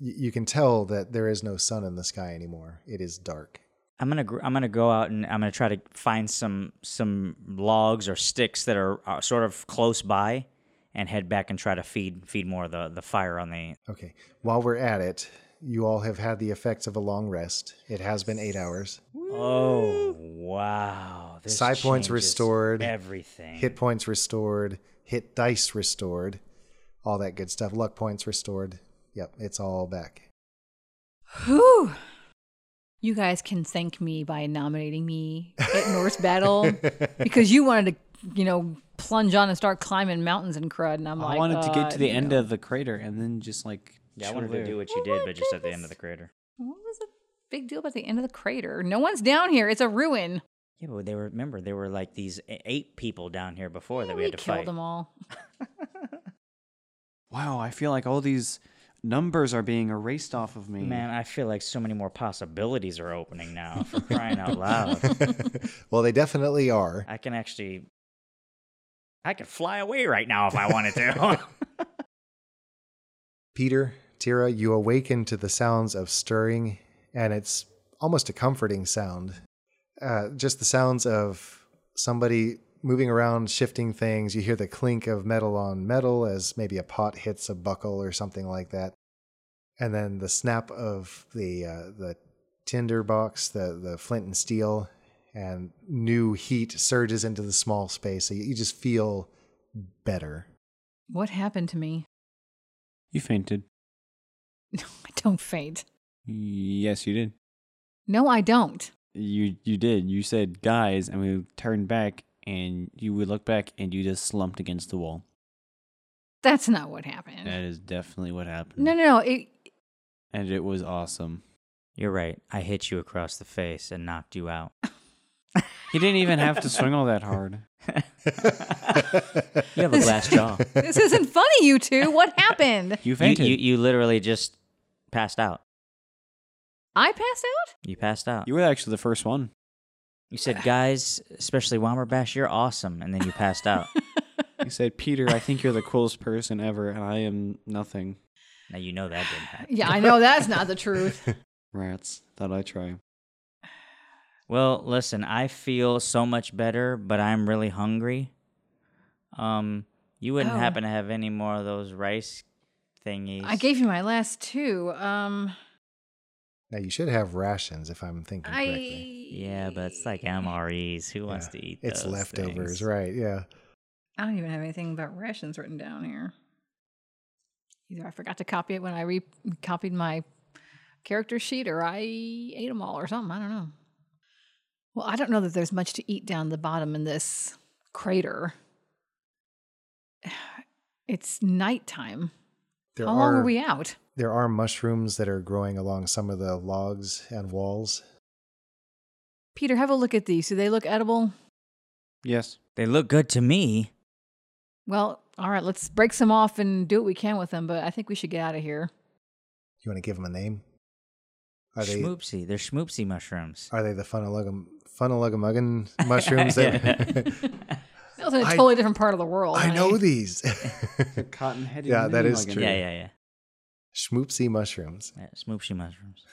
S1: Y- you can tell that there is no sun in the sky anymore. It is dark.
S4: I'm gonna gr- I'm gonna go out and I'm gonna try to find some some logs or sticks that are, are sort of close by, and head back and try to feed feed more of the the fire on the
S1: Okay. While we're at it, you all have had the effects of a long rest. It has been eight hours.
S4: Oh wow! This
S1: Side points
S4: changes
S1: restored.
S4: Everything.
S1: hit points restored, hit dice restored, all that good stuff. Luck points restored. Yep, it's all back. [LAUGHS]
S3: Whew. You guys can thank me by nominating me at Norse Battle because you wanted to, you know, plunge on and start climbing mountains and crud. And I'm like,
S2: I wanted to get
S3: uh,
S2: to the
S3: you
S2: end
S3: know.
S2: of the crater and then just like.
S4: yeah, I
S2: chill
S4: wanted to
S2: there.
S4: do what
S3: Oh
S4: you did, but just at the end of the crater.
S3: What was the big deal about the end of the crater? No one's down here. It's a ruin.
S4: Yeah, but they were. Remember, there were like these e- eight people down here before
S3: Yeah,
S4: that we, had to
S3: killed
S4: fight.
S3: them all.
S2: Wow, I feel like all these numbers are being erased off of me.
S4: Man, I feel like so many more possibilities are opening [LAUGHS] now. For crying out loud,
S1: well, they definitely are.
S4: I can actually, I could fly away right now if I wanted [LAUGHS] to.
S1: Peter, Tira, you awaken to the sounds of stirring, and it's almost a comforting sound. Uh, just the sounds of somebody moving around, shifting things. You hear the clink of metal on metal as maybe a pot hits a buckle or something like that, and then the snap of the uh, the tinder box, the the flint and steel, and new heat surges into the small space. So you, you just feel better. [LAUGHS]
S3: What happened to me? [LAUGHS]
S2: You fainted.
S3: No, I don't faint.
S2: Yes, you did.
S3: No, I don't.
S2: You you did. You said guys, and we turned back, and you we looked back, and you just slumped against the wall.
S3: That's not what happened.
S2: That is definitely what happened.
S3: no, no, no. It,
S2: And it was awesome.
S4: You're right. I hit you across the face and knocked you out.
S2: He didn't even have to swing all that
S4: [LAUGHS]
S2: hard.
S4: You have a [LAUGHS]
S1: [LAUGHS]
S4: glass jaw.
S3: this isn't funny, you two.
S4: [LAUGHS]
S3: What happened?
S2: You
S4: You,
S2: fainted.
S4: you you literally just passed out.
S3: I passed out?
S4: You passed out.
S2: You were actually the first one.
S4: You said, guys, especially Womber Bash, you're awesome. And then you
S3: [LAUGHS]
S4: passed out.
S2: You said, Peter, I think you're the coolest person ever, and I am nothing.
S4: now, you know that didn't happen.
S3: Yeah,
S4: [LAUGHS]
S3: I know that's not the truth.
S2: Rats. Thought I try.
S4: Well, listen, I feel so much better, but I'm really hungry. Um, You wouldn't
S3: Oh.
S4: happen to have any more of those rice thingies.
S3: I gave you my last two. Um,
S1: Now you should have rations if I'm thinking
S3: I.
S1: correctly.
S4: Yeah, but it's like MREs. Who wants
S1: Yeah.
S4: to eat
S1: It's
S4: those
S1: leftovers,
S4: things?
S1: right? Yeah.
S3: I don't even have anything about rations written down here. Either I forgot to copy it when I re- copied my character sheet, or I ate them all, or something. I don't know. Well, I don't know that there's much to eat down the bottom in this crater. [SIGHS] It's nighttime.
S1: There
S3: How
S1: are
S3: long were we out?
S1: there are mushrooms that are growing along some of the logs and walls.
S3: Peter, have a look at these. Do they look edible?
S2: Yes.
S4: They look good to me.
S3: Well, all right, let's break some off and do what we can with them, but I think we should get out of here.
S1: You want to give them a name? Are they
S4: Schmoopsy. They're schmoopsy mushrooms.
S1: are they the funalugum funalugumuggin Uh,
S4: [LAUGHS]
S1: mushrooms? That,
S3: That was in a
S1: I-
S3: totally different part of the world.
S1: [LAUGHS] I
S3: honey.
S1: know
S4: [LAUGHS]
S1: these.
S2: Cotton headed.
S1: Yeah, that is true.
S4: Yeah, yeah, yeah.
S1: Schmoopsy mushrooms.
S4: yeah schmoopsy mushrooms.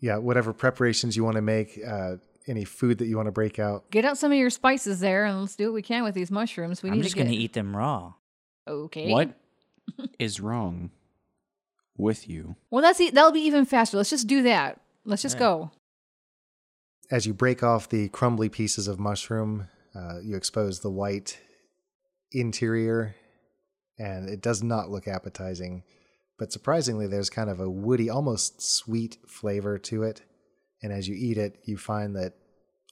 S1: Yeah, whatever preparations you want to make, uh, any food that you want to break out.
S3: Get out some of your spices there and let's do what we can with these mushrooms. We
S4: I'm
S3: need
S4: just
S3: to get
S4: gonna eat them raw.
S3: Okay. [LAUGHS]
S2: What is wrong with you?
S3: Well, that's e- that'll be even faster. Let's just do that. Let's just
S4: Yeah.
S3: go.
S1: as you break off the crumbly pieces of mushroom, uh, you expose the white interior, and it does not look appetizing. But surprisingly, there's kind of a woody, almost sweet flavor to it. And as you eat it, you find that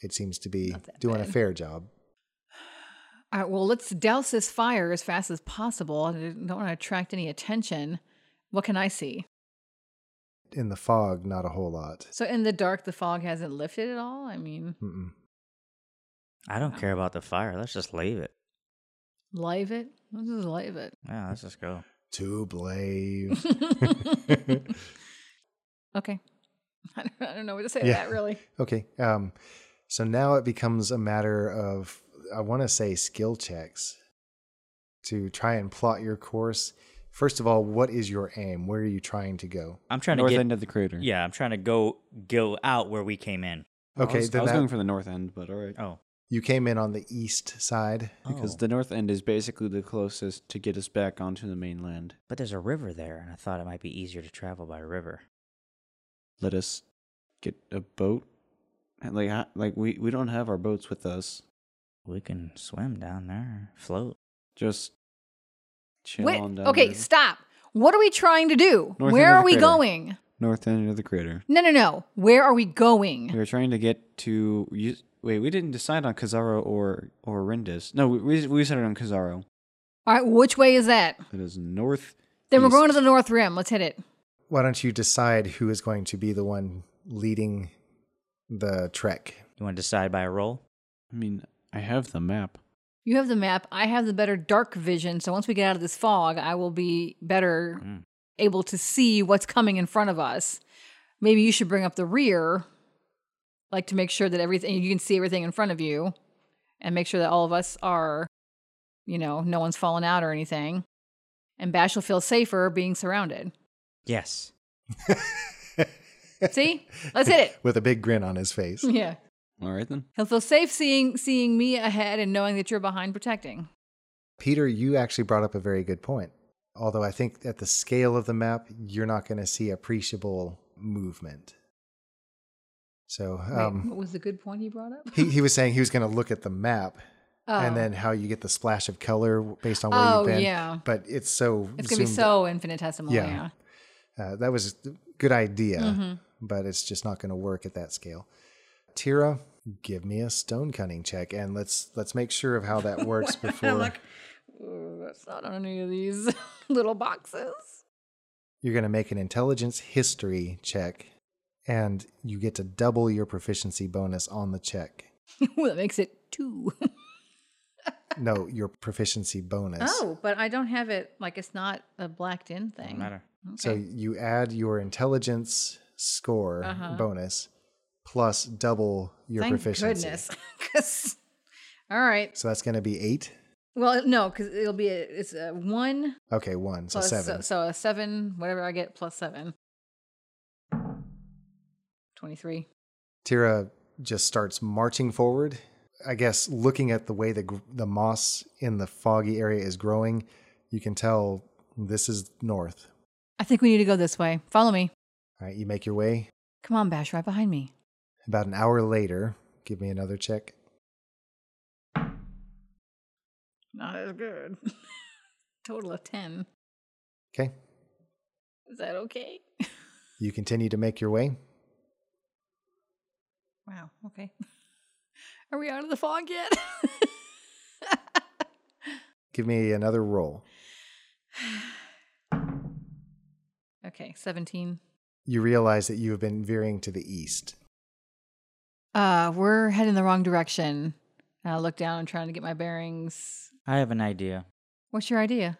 S1: it seems to be
S3: Not that
S1: doing a
S3: bad.
S1: fair job.
S3: All right. Well, let's douse this fire as fast as possible. I don't want to attract any attention. What can I see?
S1: In the fog, not a whole lot.
S3: So in the dark, the fog hasn't lifted at all. I mean,
S1: Mm-mm.
S4: I
S3: Oh.
S4: don't care about the fire. Let's just leave it.
S3: live it. Let's just live it.
S4: Yeah, let's just go.
S1: To blave.
S3: okay. [LAUGHS] I don't, I don't know what to say to
S1: Yeah.
S3: that really.
S1: Okay. Um, so now it becomes a matter of, I want to say, skill checks to try and plot your course. First of all, what is your aim? Where are you trying to go?
S4: I'm trying
S2: north
S4: to get.
S2: end of the crater.
S4: yeah, I'm trying to go go out where we came in.
S2: I
S1: Okay,
S2: was, I
S1: then
S2: was
S1: that-
S2: going for the north end, but all right.
S4: Oh,
S1: You came in on the east side.
S2: Because
S4: Oh.
S2: the north end is basically the closest to get us back onto the mainland.
S4: but there's a river there, and I thought it might be easier to travel by river.
S2: Let us get a boat. And like, ha- like we, we don't have our boats with us.
S4: We can swim down there, float.
S2: Just chill
S3: Wait,
S2: on down.
S3: okay,
S2: there.
S3: stop. What are we trying to do?
S2: North
S3: Where
S2: end of
S3: are
S2: the
S3: we
S2: crater.
S3: going?
S2: north end of the crater.
S3: No, no, no. Where are we
S2: We
S3: going?
S2: were trying to get to. You, wait, we didn't decide on Kazaro or or Rindis. No, we we we decided on Kazaro.
S3: All right, which way is that?
S2: It is north.
S3: Then we're going to
S2: east.
S3: the North Rim. Let's hit it.
S1: Why don't you decide who is going to be the one leading the trek?
S4: You want to decide by a roll?
S2: I mean, I have the map.
S3: You have the map. I have the better dark vision. So once we get out of this fog, I will be better
S4: Mm.
S3: able to see what's coming in front of us. Maybe you should bring up the rear, like to make sure that everything you can see everything in front of you, and make sure that all of us are, you know, no one's fallen out or anything. And Bash will feel safer being surrounded.
S4: Yes.
S3: See, let's hit
S1: [LAUGHS] With a big grin on his face.
S3: it. [LAUGHS] Yeah,
S2: All right then.
S3: he'll feel safe seeing seeing me ahead and knowing that you're behind protecting.
S1: Peter, you actually brought up a very good point. Although I think at the scale of the map, you're not going to see appreciable movement. So
S3: Wait,
S1: um,
S3: what was the good point he brought up?
S1: he, he was saying he was going to look at the map and
S3: Oh.
S1: then how you get the splash of color based on where
S3: Oh,
S1: you've been.
S3: yeah.
S1: But it's so.
S3: It's gonna be
S1: zoomed-
S3: so infinitesimal.
S1: Yeah.
S3: Yeah.
S1: Uh, that was a good idea,
S3: [LAUGHS] Mhm.
S1: but it's just not going to work at that scale. Tira, give me a stone cunning check, and let's let's make sure of how that
S3: [LAUGHS]
S1: works before
S3: Ooh, that's not on any of these [LAUGHS] little boxes.
S1: you're going to make an intelligence history check, and you get to double your proficiency bonus on the check.
S3: [LAUGHS] Ooh, that makes it two. [LAUGHS]
S1: No, your proficiency bonus.
S3: Oh, but I don't have it. Like it's not a blacked in
S4: Doesn't
S3: thing.
S4: matter.
S1: So you add your intelligence score
S3: Uh-huh.
S1: bonus plus double your
S3: Thank
S1: proficiency.
S3: goodness. [LAUGHS] 'Cause- all right.
S1: So that's going to be eight.
S3: Well, no, because it'll be a, it's a one
S1: Okay, one. So
S3: plus uh,
S1: seven.
S3: So, so a seven, whatever I get plus seven. Twenty-three.
S1: Tira just starts marching forward. I guess looking at the way the gr- the moss in the foggy area is growing, you can tell this is north.
S3: I think we need to go this way. Follow me.
S1: All right, you make your way.
S3: Come on, Bash, right behind me.
S1: About an hour later, give me another check.
S3: Not as good. [LAUGHS] Total of 10.
S1: Okay,
S3: Is that okay?
S1: you continue to make your way.
S3: Wow. Okay. [LAUGHS] Are we out of the fog yet? [LAUGHS]
S1: Give me another roll.
S3: okay, 17.
S1: You realize that you have been veering to the east.
S3: Uh, we're heading the wrong direction. And I look down and trying to get my bearings.
S4: I have an idea.
S3: What's your idea?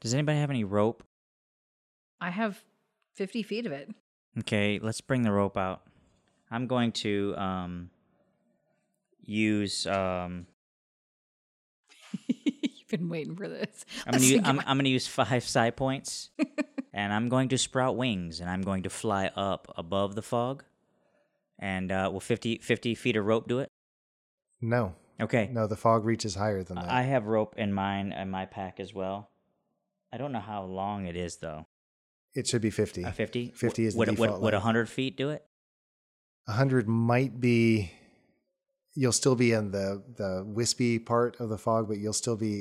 S4: Does anybody have any rope?
S3: I have 50 feet of it. [LAUGHS]
S4: Okay, let's bring the rope out. I'm going to um use um
S3: You've been waiting for this.
S4: I'm gonna use, I'm, I'm gonna use five psi points, and I'm going to sprout wings, and I'm going to fly up above the fog, and uh, will 50, 50 feet of rope do it?
S1: No,
S4: Okay,
S1: no, the fog reaches higher than that.
S4: I I have rope in mine in my pack as well. I don't know how long it is though.
S1: it should be fifty.
S4: Uh, Fifty.
S1: 50 is the
S4: would,
S1: default
S4: Would, would
S1: length.
S4: hundred feet do it?
S1: A hundred might be. You'll still be in the the wispy part of the fog, but you'll still be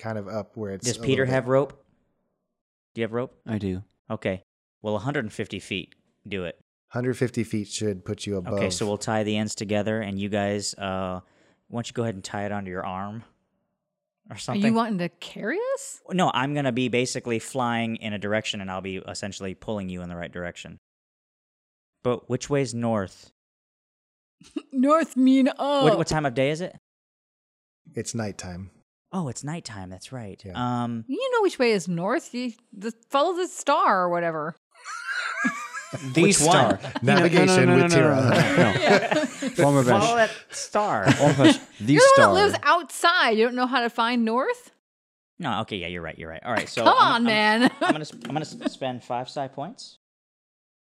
S1: kind of up where it's.
S4: Does
S1: a little
S4: Peter
S1: bit-
S4: have rope? Do you have rope?
S2: I do.
S4: Okay. Well, 150 feet do it.
S1: 150 feet should put you above.
S4: Okay, so we'll tie the ends together, and you guys, uh, why don't you go ahead and tie it onto your arm or
S3: Are
S4: something?
S3: you wanting to carry us?
S4: no, I'm gonna be basically flying in a direction, and I'll be essentially pulling you in the right direction. But which way's north?
S3: North mean oh. up.
S4: What, what time of day is it?
S1: it's nighttime.
S4: Oh, it's nighttime. That's right.
S1: Yeah.
S4: Um,
S3: You know which way is north. You the, follow the star or whatever.
S2: The
S4: Which one?
S1: Navigation with Tira.
S2: Tira. Former
S4: follow
S2: bench.
S4: that star.
S2: Former bench.
S3: [LAUGHS]
S2: The
S3: You're the
S2: star.
S3: one that lives outside. You don't know how to find north.
S4: no, okay, yeah, you're right. You're right. All right, so
S3: Come
S4: I'm-
S3: on,
S4: I'm-
S3: man. [LAUGHS]
S4: I'm gonna I'm gonna s- spend five psi points.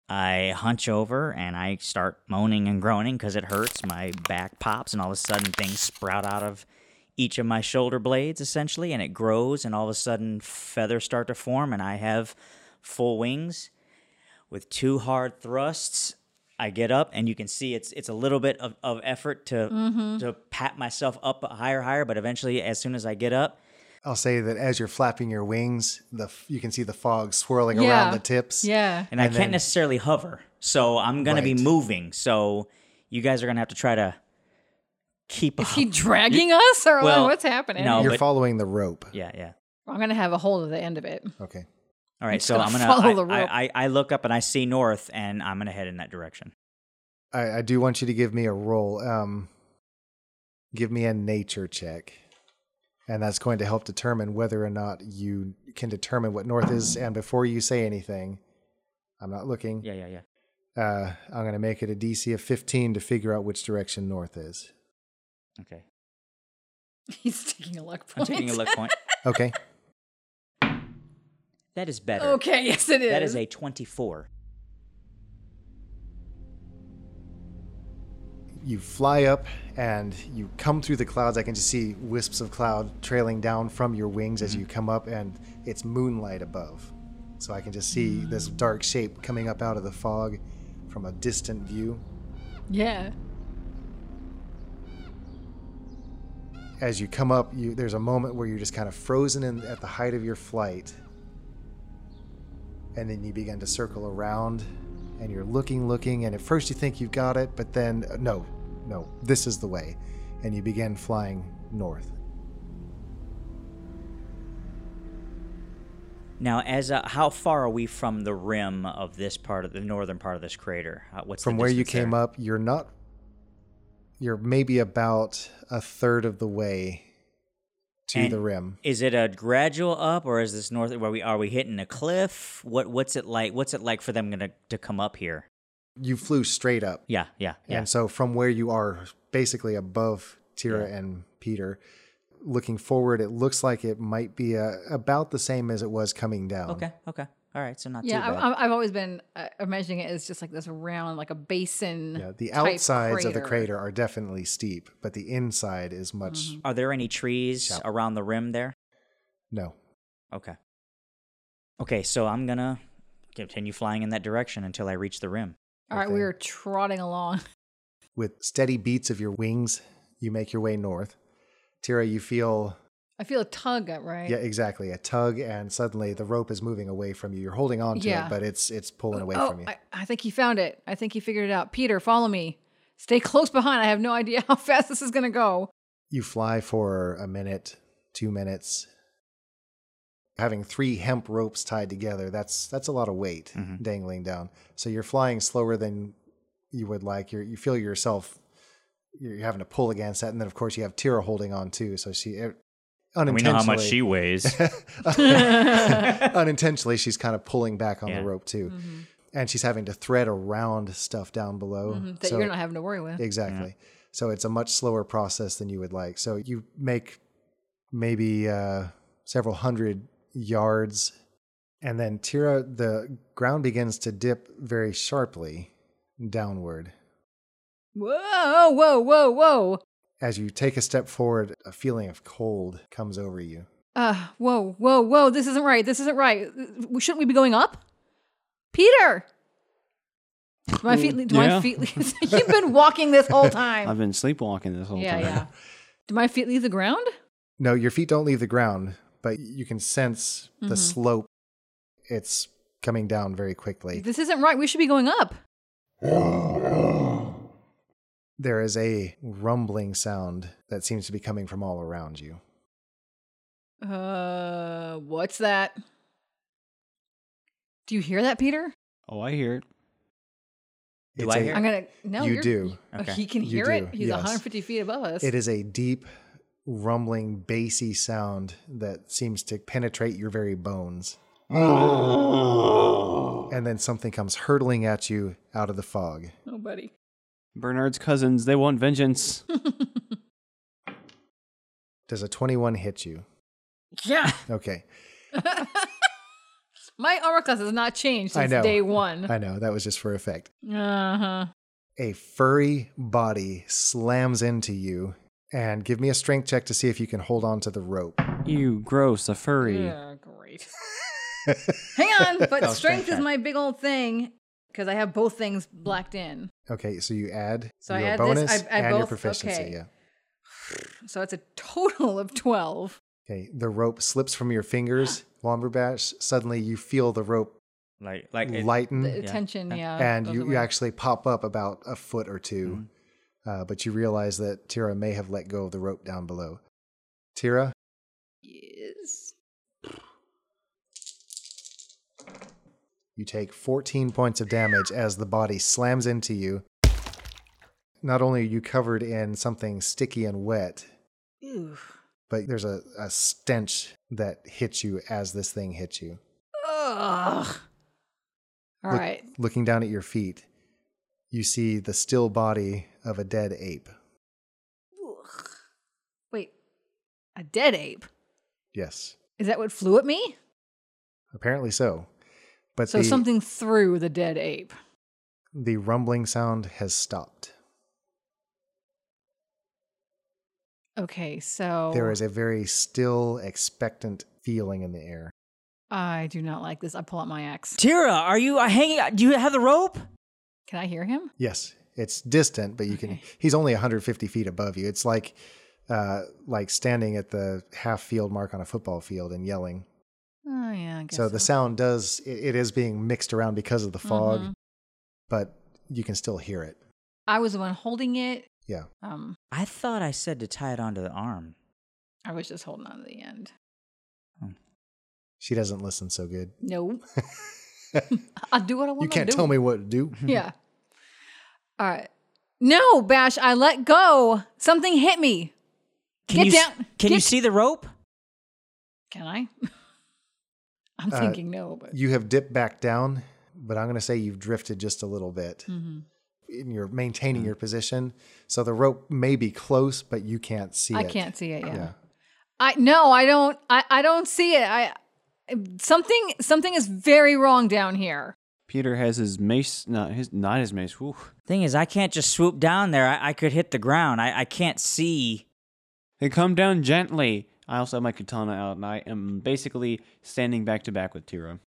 S4: I hunch over and I start moaning and groaning because it hurts. My back pops, and all of a sudden things sprout out of each of my shoulder blades, essentially, and it grows. And all of a sudden, feathers start to form, and I have full wings. With two hard thrusts, I get up, and you can see it's it's a little bit of, of effort to to pat myself up higher, higher. But eventually, as soon as I get up,
S1: I'll say that as you're flapping your wings, the f- you can see the fog swirling
S3: Yeah.
S1: around the tips.
S3: yeah.
S4: and, I can't necessarily hover. So I'm gonna be
S1: Right.
S4: moving. So you guys are gonna have to try to keep
S3: Is
S4: up.
S3: he dragging us or
S4: Well,
S3: what's happening?
S4: no.
S1: You're
S4: Oh, but-
S1: following the rope.
S4: yeah, yeah.
S3: I'm gonna have a hold of the end of it. [LAUGHS]
S1: Okay.
S4: All right.
S3: just
S4: So
S3: gonna
S4: I'm gonna.
S3: follow
S4: I,
S3: the rope.
S4: I, I I look up and I see north, and I'm gonna head in that direction.
S1: I, I do want you to give me a roll. Um, give me a nature check. And that's going to help determine whether or not you can determine what North is. And before you say anything, I'm not looking.
S4: Yeah, yeah, yeah.
S1: Uh, I'm going to make it a DC of 15 to figure out which direction North is.
S4: Okay.
S3: He's taking a luck
S4: I'm
S3: point.
S4: taking a look point.
S1: Okay.
S4: That is better.
S3: Okay, yes, it is.
S4: That is a 24.
S1: you fly up and you come through the clouds. I can just see wisps of cloud trailing down from your wings as you come up, and it's moonlight above. So I can just see this dark shape coming up out of the fog from a distant view.
S3: yeah.
S1: As you come up, you, there's a moment where you're just kind of frozen in, at the height of your flight, and then you begin to circle around, and you're looking, looking, and at first you think you've got it, but then uh, no, no, this is the way, and you begin flying north.
S4: Now, as uh, how far are we from the rim of this part of the northern part of this crater? Uh, what's
S1: from
S4: the
S1: where you
S4: distance there?
S1: came up, you're not. You're maybe about a third of the way to
S4: And
S1: the rim.
S4: Is it a gradual up, or is this north? Where we are we hitting a cliff? What what's it like? What's it like for them gonna to come up here?
S1: You flew straight up,
S4: Yeah, yeah, yeah.
S1: and so from where you are, basically above Tira and Peter, looking forward, it looks like it might be uh about the same as it was coming down.
S4: okay, okay, all right. So not
S3: Yeah,
S4: too bad.
S3: I, I- I've always been uh, imagining it as just like this round, like a basin.
S1: Yeah, the
S3: type
S1: outsides of the crater are definitely steep, but the inside is much
S4: are there any trees
S1: Yeah.
S4: around the rim there?
S1: no.
S4: Okay. Okay, so I'm gonna continue flying in that direction until I reach the rim.
S3: All right,
S1: Okay.
S3: we are trotting along. [LAUGHS]
S1: With steady beats of your wings, you make your way north. Tira, you feel
S3: I feel a tug, right?
S1: Yeah, exactly. A tug, and suddenly the rope is moving away from you. You're holding on to
S3: Yeah.
S1: it, but it's it's pulling away
S3: oh,
S1: from you.
S3: I, I think he found it. I think he figured it out. Peter, follow me. Stay close behind. I have no idea [LAUGHS] how fast this is going to go.
S1: you fly for a minute, two minutes. Having three hemp ropes tied together, that's that's a lot of weight dangling down. So you're flying slower than you would like. You're, you feel yourself you're having to pull against that, and then of course you have Tira holding on too. So she e, it,
S7: We
S1: unintentionally
S7: know how much she weighs.
S1: [LAUGHS] unintentionally she's kind of pulling back on
S4: Yeah.
S1: the rope too
S4: Mm-hmm.
S1: and she's having to thread around stuff down below
S3: Mm-hmm, That
S1: So- e
S3: you're not having to worry with.
S1: exactly so it's a much slower process than you would like so you make maybe uh, several hundred yards and then tira the ground begins to dip very sharply downward
S3: Whoa, whoa, whoa, whoa.
S1: as you take a step forward a feeling of cold comes over you
S3: Uh, whoa, whoa, whoa. This isn't right. This isn't right. Uh, Shouldn't we be going up? Peter! Do my feet, do my
S2: yeah.
S3: feet
S1: [LAUGHS]
S3: leave? [LAUGHS] You've been walking this whole
S2: I've
S3: time.
S2: been sleepwalking this whole
S3: yeah,
S2: time.
S1: [LAUGHS]
S3: yeah. Do my feet leave the ground?
S1: No, your feet don't leave the ground, but you can sense
S3: Mm-hmm.
S1: the slope. It's coming down very quickly.
S3: This isn't right. We should be going up.
S1: There is a rumbling sound that seems to be coming from all around you.
S3: Uh, what's that? Do you hear that, Peter?
S2: [LAUGHS] Oh, I hear it.
S4: Do
S1: It's
S4: I
S1: a-
S4: hear
S3: I'm gonna. No,
S1: You
S3: you're-
S1: do.
S3: oh,
S4: Okay.
S3: He can
S1: You
S3: hear it.
S1: do,
S3: He's
S1: yes.
S3: 150 feet above us.
S1: It is a deep, rumbling, bassy sound that seems to penetrate your very bones. and then something comes hurtling at you out of the fog.
S3: Oh, buddy.
S2: Bernard's cousins, they want
S3: [LAUGHS]
S2: vengeance.
S1: Does a 21 hit you?
S3: Yeah.
S1: Okay.
S3: [LAUGHS] My armor class has not changed
S1: I
S3: since
S1: know.
S3: day one.
S1: I know, that was just for effect.
S3: Uh huh.
S1: a furry body slams into you and give me a strength check to see if you can hold on to the rope.
S2: you gross, a furry.
S3: Yeah, great. Hang
S1: [LAUGHS]
S3: on, but
S4: Oh,
S3: strength
S4: strength
S3: is
S4: check.
S3: my big old thing because I have both things blacked in.
S1: Okay, so you add
S3: So I
S1: your
S3: add this,
S1: bonus
S3: I- I
S1: and your
S3: both-
S1: proficiency.
S3: okay.
S1: Yeah.
S3: So it's a total of 12.
S1: Okay, the rope slips from your fingers, Womberbash. Suddenly you feel the rope
S4: [LAUGHS] Like like it-
S1: lighten
S3: The attention, yeah.
S1: Mm, and
S3: of
S1: you,
S3: the
S1: you
S3: way.
S1: actually pop up about a foot or 2
S4: Mm-hmm.
S1: Uh, but you realize that Tira may have let go of the rope down below. Tira,
S3: Yes.
S1: you take 14 points of damage as the body slams into you not only are you covered in something sticky and wet,
S3: Ooh.
S1: but there's a, a stench that hits you as this thing hits you.
S3: Ugh. All
S1: Look-
S3: right.
S1: Looking down at your feet, you see the still body of a dead ape.
S3: Ugh. Wait, a dead ape?
S1: Yes,
S3: Is that what flew at me?
S1: apparently so. But
S3: So
S1: the,
S3: something threw the dead ape.
S1: the rumbling sound has stopped.
S3: Okay, so
S1: There is a very still, expectant feeling in the air.
S3: I do not like this. I pull out my axe.
S4: Tira, are you uh, hanging? Do you have the rope?
S3: Can I hear him?
S1: Yes, it's distant, but you can.
S3: Okay.
S1: He's only 150 feet above you. It's like, uh, like standing at the half field mark on a football field and yelling.
S3: Oh yeah. I guess
S1: So the sound does. It, it is being mixed around because of the fog,
S3: Mhm.
S1: but you can still hear it.
S3: I was the one holding it.
S1: Yeah.
S3: Um,
S4: I thought I said to tie it onto the arm.
S3: I was just holding on to the end.
S1: She doesn't listen so good.
S3: No.
S1: [LAUGHS]
S3: I'll do what [LAUGHS] I want.
S1: you can't
S3: do.
S1: tell me [LAUGHS] what to do.
S3: Yeah. All right. No, Bash. I let go. Something hit me.
S4: Can
S3: Get
S4: you s-
S3: down-
S4: Can you
S3: get-
S4: see the rope?
S3: Can I? [LAUGHS] I'm
S1: Uh,
S3: thinking no, but
S1: You have dipped back down, but I'm going to say you've drifted just a little bit.
S3: Mhm.
S1: And you're maintaining your position. So the rope may be close, but you can't see
S3: I
S1: it.
S3: can't see it. Yeah.
S1: Yeah.
S3: I no. I don't. I I don't see it. I something something is very wrong down here.
S2: Peter has his mace, not his, not his mace. Whew.
S4: Thing is, I can't just swoop down there. I, I could hit the ground. I, I can't see.
S2: They come down gently. I also have my katana out, and I am basically standing back to back with Tira.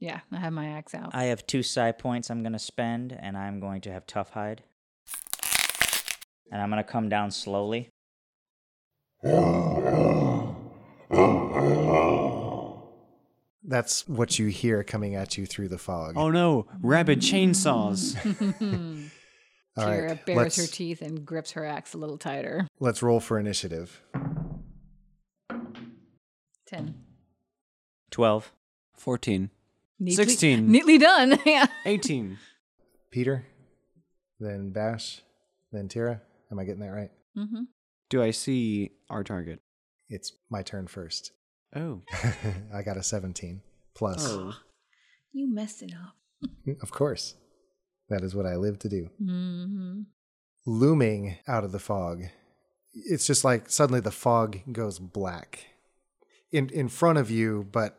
S3: Yeah. I have my axe
S1: [LAUGHS]
S3: out.
S4: I have two psi points I'm going to spend, and I'm going to have tough hide. And I'm going to come down slowly.
S1: That's what you hear coming at you through the fog.
S2: Oh no! Rabid chainsaws.
S3: [LAUGHS] Hmm.
S1: All
S3: Tira
S1: right,
S3: bares
S1: let's-
S3: her teeth and grips her axe a little tighter.
S1: Let's roll for initiative.
S3: Ten.
S4: 12.
S2: 14.
S3: Neatly,
S2: 16.
S3: Neatly done. [LAUGHS] yeah.
S2: 18.
S1: Peter, then Bash, then Tira. Am I getting that right?
S3: hmm
S2: Do I see our target?
S1: It's my turn first. [LAUGHS]
S2: Oh.
S1: I got a 17 plus.
S2: Oh.
S3: You messed it up.
S1: Of course. That is what I live to do.
S3: hmm
S1: Looming out of the fog. It's just like suddenly the fog goes black. In in front of you, but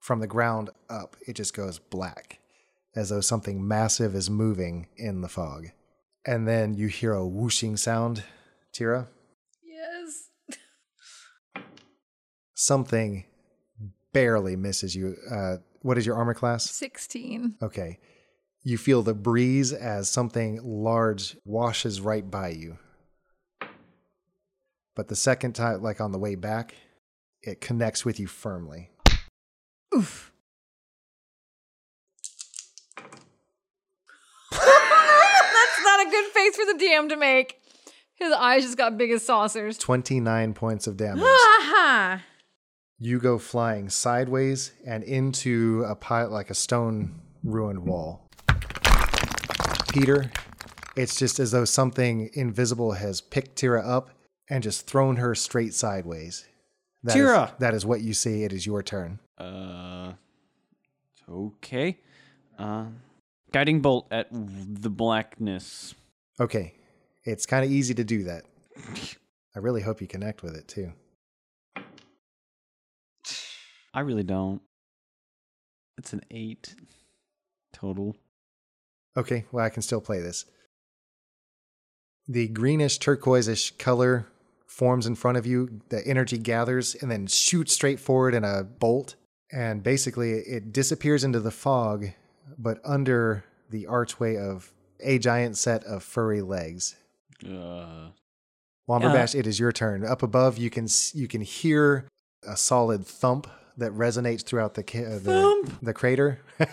S1: from the ground up, it just goes black as though something massive is moving in the fog. And then you hear a whooshing sound, Tira.
S3: Yes.
S1: Something barely misses you. Uh, what is your armor class?
S3: Sixteen.
S1: Okay. You feel the breeze as something large washes right by you. But the second time, like on the way back, it connects with you firmly.
S3: Oof. That's not a good face for the DM to make. His eyes just got big as saucers.
S1: 29 points of
S3: [GASPS]
S1: damage.
S3: Ah-ha.
S1: you go flying sideways and into a pile, like a stone ruined wall. Peter, it's just as though something invisible has picked Tira up and just thrown her straight sideways. That is-
S2: Tira!
S1: that is what you see. It is your turn.
S2: Uh. Okay. Uh. Guiding bolt at the blackness.
S1: Okay. It's kind of easy to do that. I really hope you connect with it too.
S2: I really don't. It's an 8 total.
S1: Okay, well, I can still play this. The greenish turquoiseish color forms in front of you. The energy gathers and then shoots straight forward in a bolt. And basically, it disappears into the fog, but under the archway of a giant set of furry legs.
S2: Uh.
S1: Womberbash, it is your turn. Up above, you can s- you can hear a solid thump that resonates throughout the ca- uh, the,
S2: Thump.
S1: the crater. [LAUGHS]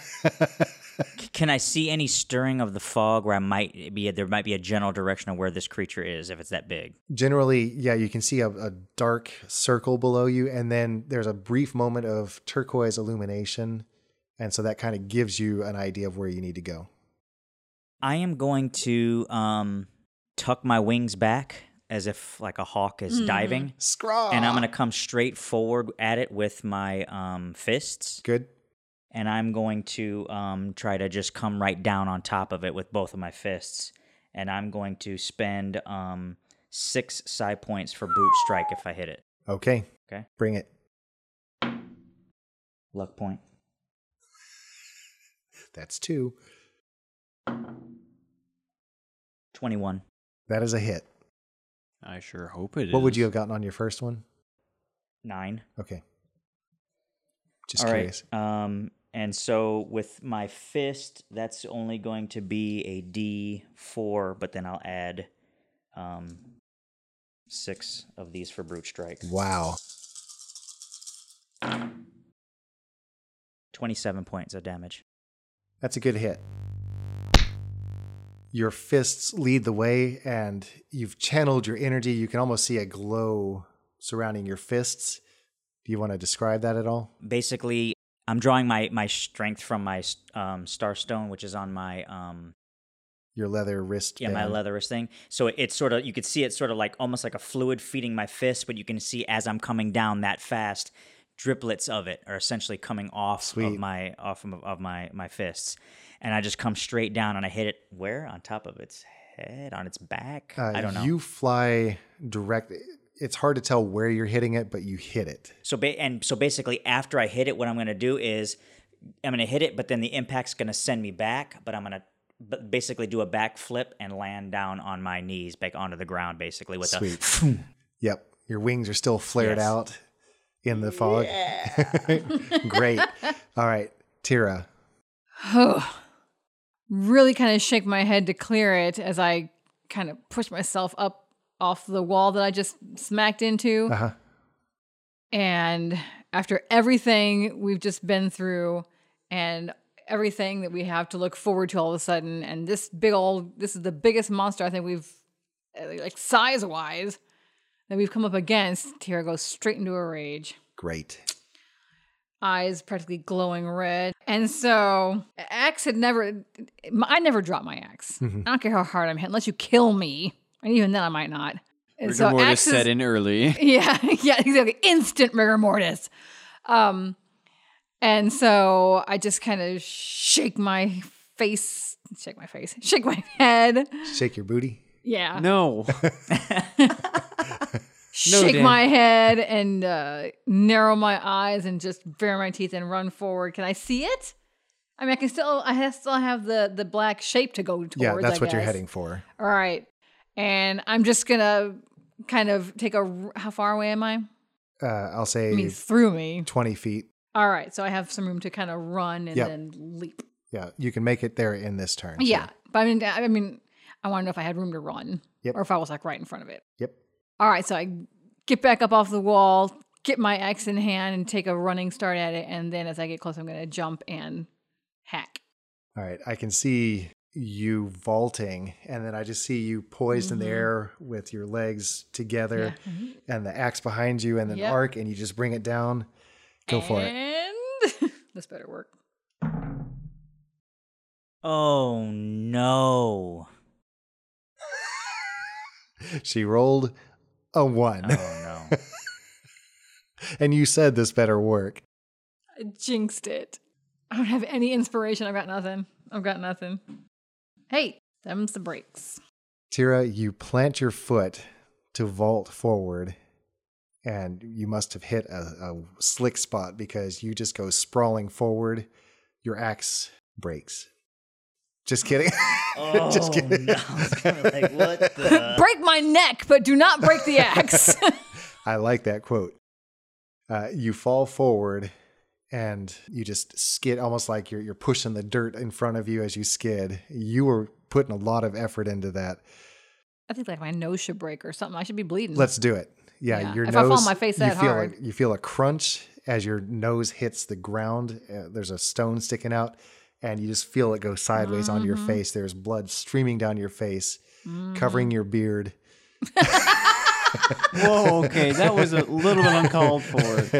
S4: C- Can I see any stirring of the fog where I might be, there might be a general direction of where this creature is if it's that big?
S1: Generally, yeah, you can see a, a dark circle below you, and then there's a brief moment of turquoise illumination, and so that kind of gives you an idea of where you need to go.
S4: I am going to um tuck my wings back as if like a hawk is diving,
S1: Scraw.
S4: and I'm gonna come straight forward at it with my um, fists,
S1: Good.
S4: and I'm going to um, try to just come right down on top of it with both of my fists, and I'm going to spend um, six psi points for boot strike if I hit it.
S1: Okay.
S4: Okay.
S1: Bring it.
S4: Luck point.
S1: That's two.
S4: Twenty-one.
S1: That is a hit.
S2: I sure hope it is.
S1: what would you have gotten on your first one?
S4: Nine.
S1: Okay. Just
S4: All right.
S1: curious.
S4: Um, and so with my fist, that's only going to be a D four, but then I'll add um, six of these for brute strike.
S1: Wow.
S4: Twenty-seven points of damage.
S1: That's a good hit. Your fists lead the way, and you've channeled your energy. You can almost see a glow surrounding your fists. Do you want to describe that at all?
S4: Basically, I'm drawing my my strength from my s- um, star stone, which is on my um,
S1: Your leather wrist.
S4: yeah my leatherous thing. So it, it's sort of you could see it sort of like almost like a fluid feeding my fist, but you can see as I'm coming down that fast. Driplets of it are essentially coming off
S1: Sweet.
S4: of my off of, of my my fists, and I just come straight down and I hit it where on top of its head on its back.
S1: Uh,
S4: I don't know.
S1: You fly direct. It's hard to tell where you're hitting it, but you hit it.
S4: So ba- and so basically, after I hit it, what I'm going to do is I'm going to hit it, but then the impact's going to send me back. But I'm going to but basically do a backflip and land down on my knees, back onto the ground, basically with
S1: Sweet.
S4: a
S1: Yep. Your wings are still flared
S4: Yes.
S1: out in the fog. [LAUGHS]
S4: [LAUGHS]
S1: Great. All right, Tira.
S3: Oh, really kind of shake my head to clear it as I kind of push myself up off the wall that I just smacked into.
S1: Uh huh.
S3: And after everything we've just been through and everything that we have to look forward to all of a sudden, and this big old, this is the biggest monster I think we've, uh, like size wise, that we've come up against, Tira goes straight into a rage
S1: Great.
S3: eyes practically glowing red. And so, axe had never, I never drop my axe. I don't care how hard I'm hit, unless you kill me. And even then, I might not. And
S2: Rigor mortis
S3: axe is-
S2: set in
S3: [LAUGHS]
S2: early. [LAUGHS]
S3: yeah, yeah, exactly. Instant rigor mortis. Um, and so I just kind of shake my face, shake my face, [LAUGHS] shake my head.
S1: Shake your booty.
S3: Yeah.
S2: No. No,
S3: shake
S2: Dan.
S3: my head and uh, narrow my eyes and just bare my teeth and run forward. Can I see it? I mean, I can still, I have, still have the the black shape to go towards.
S1: Yeah, that's
S3: I
S1: what you're
S3: guess.
S1: heading for.
S3: All right, and I'm just gonna kind of take a. r- How far away am I?
S1: Uh, I'll say
S3: I mean, through me.
S1: 20 feet.
S3: All right, so I have some room to kind of run and
S1: Yep.
S3: then leap.
S1: Yeah, you can make it there in this turn. sure.
S3: Yeah, but I mean, I I mean, I want to know if I had room to run,
S1: Yep.
S3: or if I was like right in front of it.
S1: Yep.
S3: All right, so I get back up off the wall, get my axe in hand, and take a running start at it. And then as I get close, I'm going to jump and hack.
S1: All right. I can see you vaulting, and then I just see you poised
S3: Mm-hmm.
S1: in the air with your legs together and the axe behind you and an
S3: Yep.
S1: arc, and you just bring it down. Go for it.
S3: And [LAUGHS] this better work.
S4: oh no,
S1: She rolled a one.
S4: oh no.
S1: [LAUGHS] and you said this better work.
S3: I jinxed it. I don't have any inspiration. I've got nothing. I've got nothing. Hey, them's the breaks.
S1: Tira, you plant your foot to vault forward, and you must have hit a, a slick spot because you just go sprawling forward. Your axe breaks. Just kidding. [LAUGHS]
S4: Oh,
S1: [LAUGHS] just kidding.
S4: no. [LAUGHS] like what
S1: Uh.
S4: the?
S3: break my neck, but do not break
S1: [LAUGHS]
S3: the axe.
S1: I like that quote. Uh, you fall forward and you just skid almost like you're, you're pushing the dirt in front of you as you skid. You were putting a lot of effort into that.
S3: I think like my nose should break or something. I should be bleeding.
S1: Let's do it. Yeah,
S3: Yeah.
S1: your
S3: If I
S1: nose.
S3: fall on my face
S1: you
S3: that
S1: feel
S3: hard.
S1: A, you feel a crunch as your nose hits the ground. Uh, there's a stone sticking out, and you just feel it go sideways onto
S3: Mm-hmm.
S1: your face. There's blood streaming down your face, covering your beard.
S2: Whoa, okay. That was a little bit
S1: [LAUGHS]
S2: uncalled
S3: [LAUGHS]
S2: for.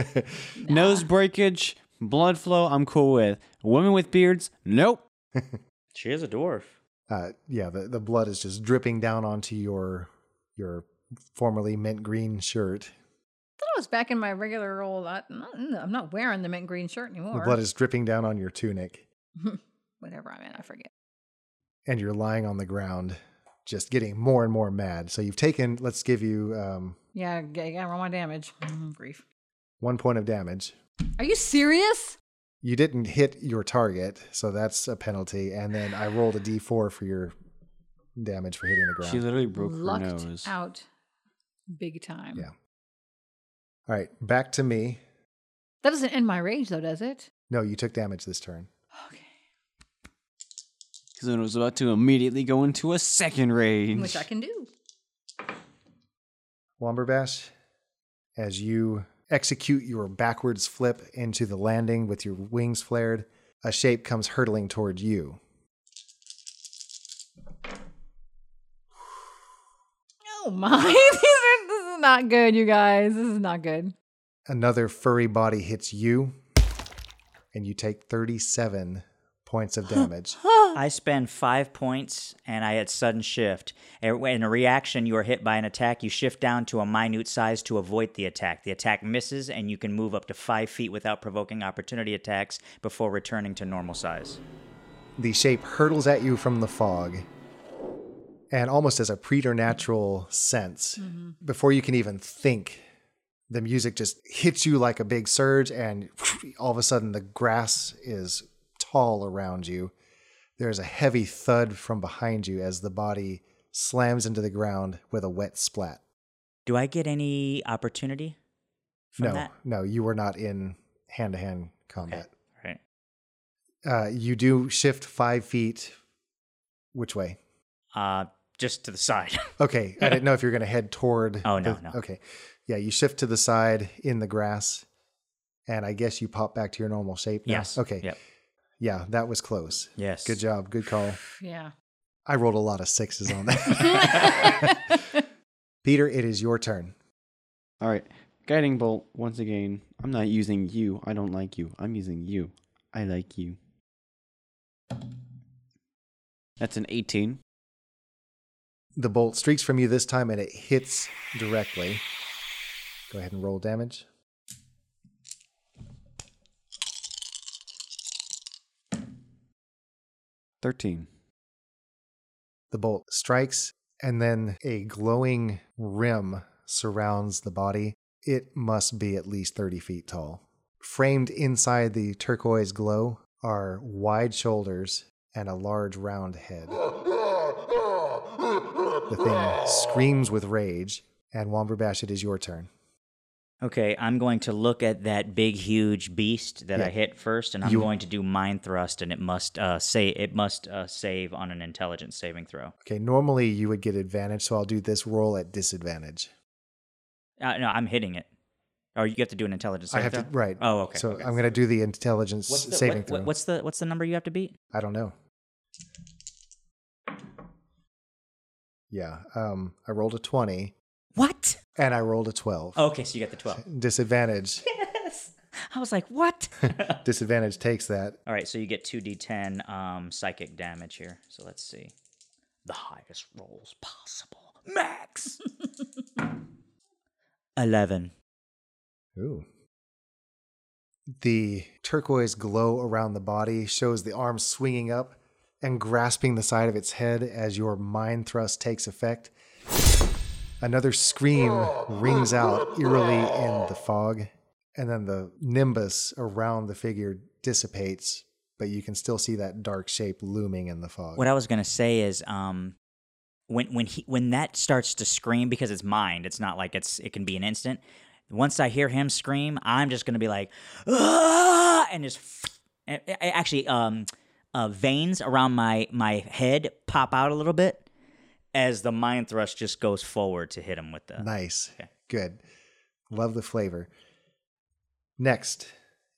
S2: Nose breakage, blood flow, I'm cool with. Women with beards, nope.
S4: She is a dwarf.
S1: uh, yeah, the, the blood is just dripping down onto your your formerly mint green shirt.
S3: thought I was back in my regular old. I, I'm not wearing the mint green shirt anymore.
S1: The blood is dripping down on your tunic,
S3: Whatever I'm in, I forget.
S1: and you're lying on the ground, just getting more and more mad. So you've taken, let's give you um,
S3: Yeah, I gotta roll my damage. Mm, Grief.
S1: one point of damage.
S3: Are you serious?
S1: You didn't hit your target, so that's a penalty. And then I rolled a d4 for your damage for hitting the ground.
S2: She literally broke her
S3: Lucked
S2: nose.
S3: out big time.
S1: Yeah. All right, back to me.
S3: That doesn't end my rage, though, does it?
S1: No, you took damage this turn.
S3: Okay.
S2: Because then it was about to immediately go into a second rage.
S3: Which I can do.
S1: Womberbash, as you execute your backwards flip into the landing with your wings flared, a shape comes hurtling toward you.
S2: [LAUGHS]
S3: Oh my! [LAUGHS] These are. This is not good, you guys. This is not good.
S1: Another furry body hits you, and you take 37 points of damage.
S4: I spend five points and I hit sudden shift. And when- In a reaction, you are hit by an attack. You shift down to a minute size to avoid the attack. The attack misses, and you can move up to five feet without provoking opportunity attacks before returning to normal size.
S1: the shape hurtles at you from the fog, and almost as a preternatural sense,
S4: Mm-hmm.
S1: before you can even think, the music just hits you like a big surge, and [SNIFFS] all of a sudden the grass is tall around you. There's a heavy thud from behind you as the body slams into the ground with a wet splat.
S4: Do I get any opportunity from
S1: no,
S4: that?
S1: no, you were not in hand to hand combat.
S4: Right.
S1: Uh, you do shift five feet. Which way?
S4: Uh, just to the side. [LAUGHS]
S1: Okay, I didn't know if you were going to head toward.
S4: Oh, no,
S1: the-
S4: no.
S1: Okay, yeah, you shift to the side in the grass, and I guess you pop back to your normal shape. now?
S4: yes.
S1: Okay.
S4: Yep.
S1: Yeah, that was close.
S4: Yes.
S1: Good job. Good call.
S3: Yeah.
S1: I rolled a lot of sixes on that.
S4: [LAUGHS]
S1: [LAUGHS]
S2: [LAUGHS]
S1: Peter, it is your turn.
S2: All right. Guiding bolt, once again. I'm not using you. I don't like you. I'm using you. I like you. That's an 18.
S1: The bolt streaks from you this time, and it hits directly. Go ahead and roll damage.
S2: Thirteen.
S1: The bolt strikes, and then a glowing rim surrounds the body. It must be at least 30 feet tall. Framed inside the turquoise glow are wide shoulders and a large round head. The thing screams with rage, and Womberbash, it is your turn.
S4: Okay, I'm going to look at that big, huge beast that I
S1: Yeah.
S4: hit first, and I'm
S1: You-
S4: going to do mind thrust, and it must uh, say it must uh, save on an intelligence saving throw.
S1: Okay, normally you would get advantage, so I'll do this roll at disadvantage.
S4: Uh, no, I'm hitting it. Oh, you have to do an intelligence.
S1: I
S4: saving
S1: have to,
S4: throw?
S1: right.
S4: Oh, okay.
S1: So
S4: okay.
S1: I'm going to do the intelligence
S4: What's the,
S1: saving
S4: what-
S1: throw.
S4: what- what's the what's the number you have to beat?
S1: I don't know. Yeah, um, I rolled a 20
S4: What?
S1: and I rolled a 12.
S4: Okay, so you got
S1: [LAUGHS]
S4: the twelve.
S1: Disadvantage.
S4: yes. I was like, what?
S1: Disadvantage takes that.
S4: All right, so you get two d10 um, psychic damage here. So let's see. The highest rolls possible. Max. [LAUGHS] Eleven.
S1: Ooh. The turquoise glow around the body shows the arm swinging up and grasping the side of its head as your mind thrust takes effect. Another scream rings out eerily in the fog, and then the nimbus around the figure dissipates, but you can still see that dark shape looming in the fog.
S4: What I was gonna say is, um, when when he when that starts to scream because it's mind, it's not like it's it can be an instant. Once I hear him scream, I'm just gonna be like, ah, and just and- and actually, um, uh, veins around my my head pop out a little bit as the mind thrust just goes forward to hit him with the.
S1: Nice.
S4: uh, Okay.
S1: Good. Love the flavor. Next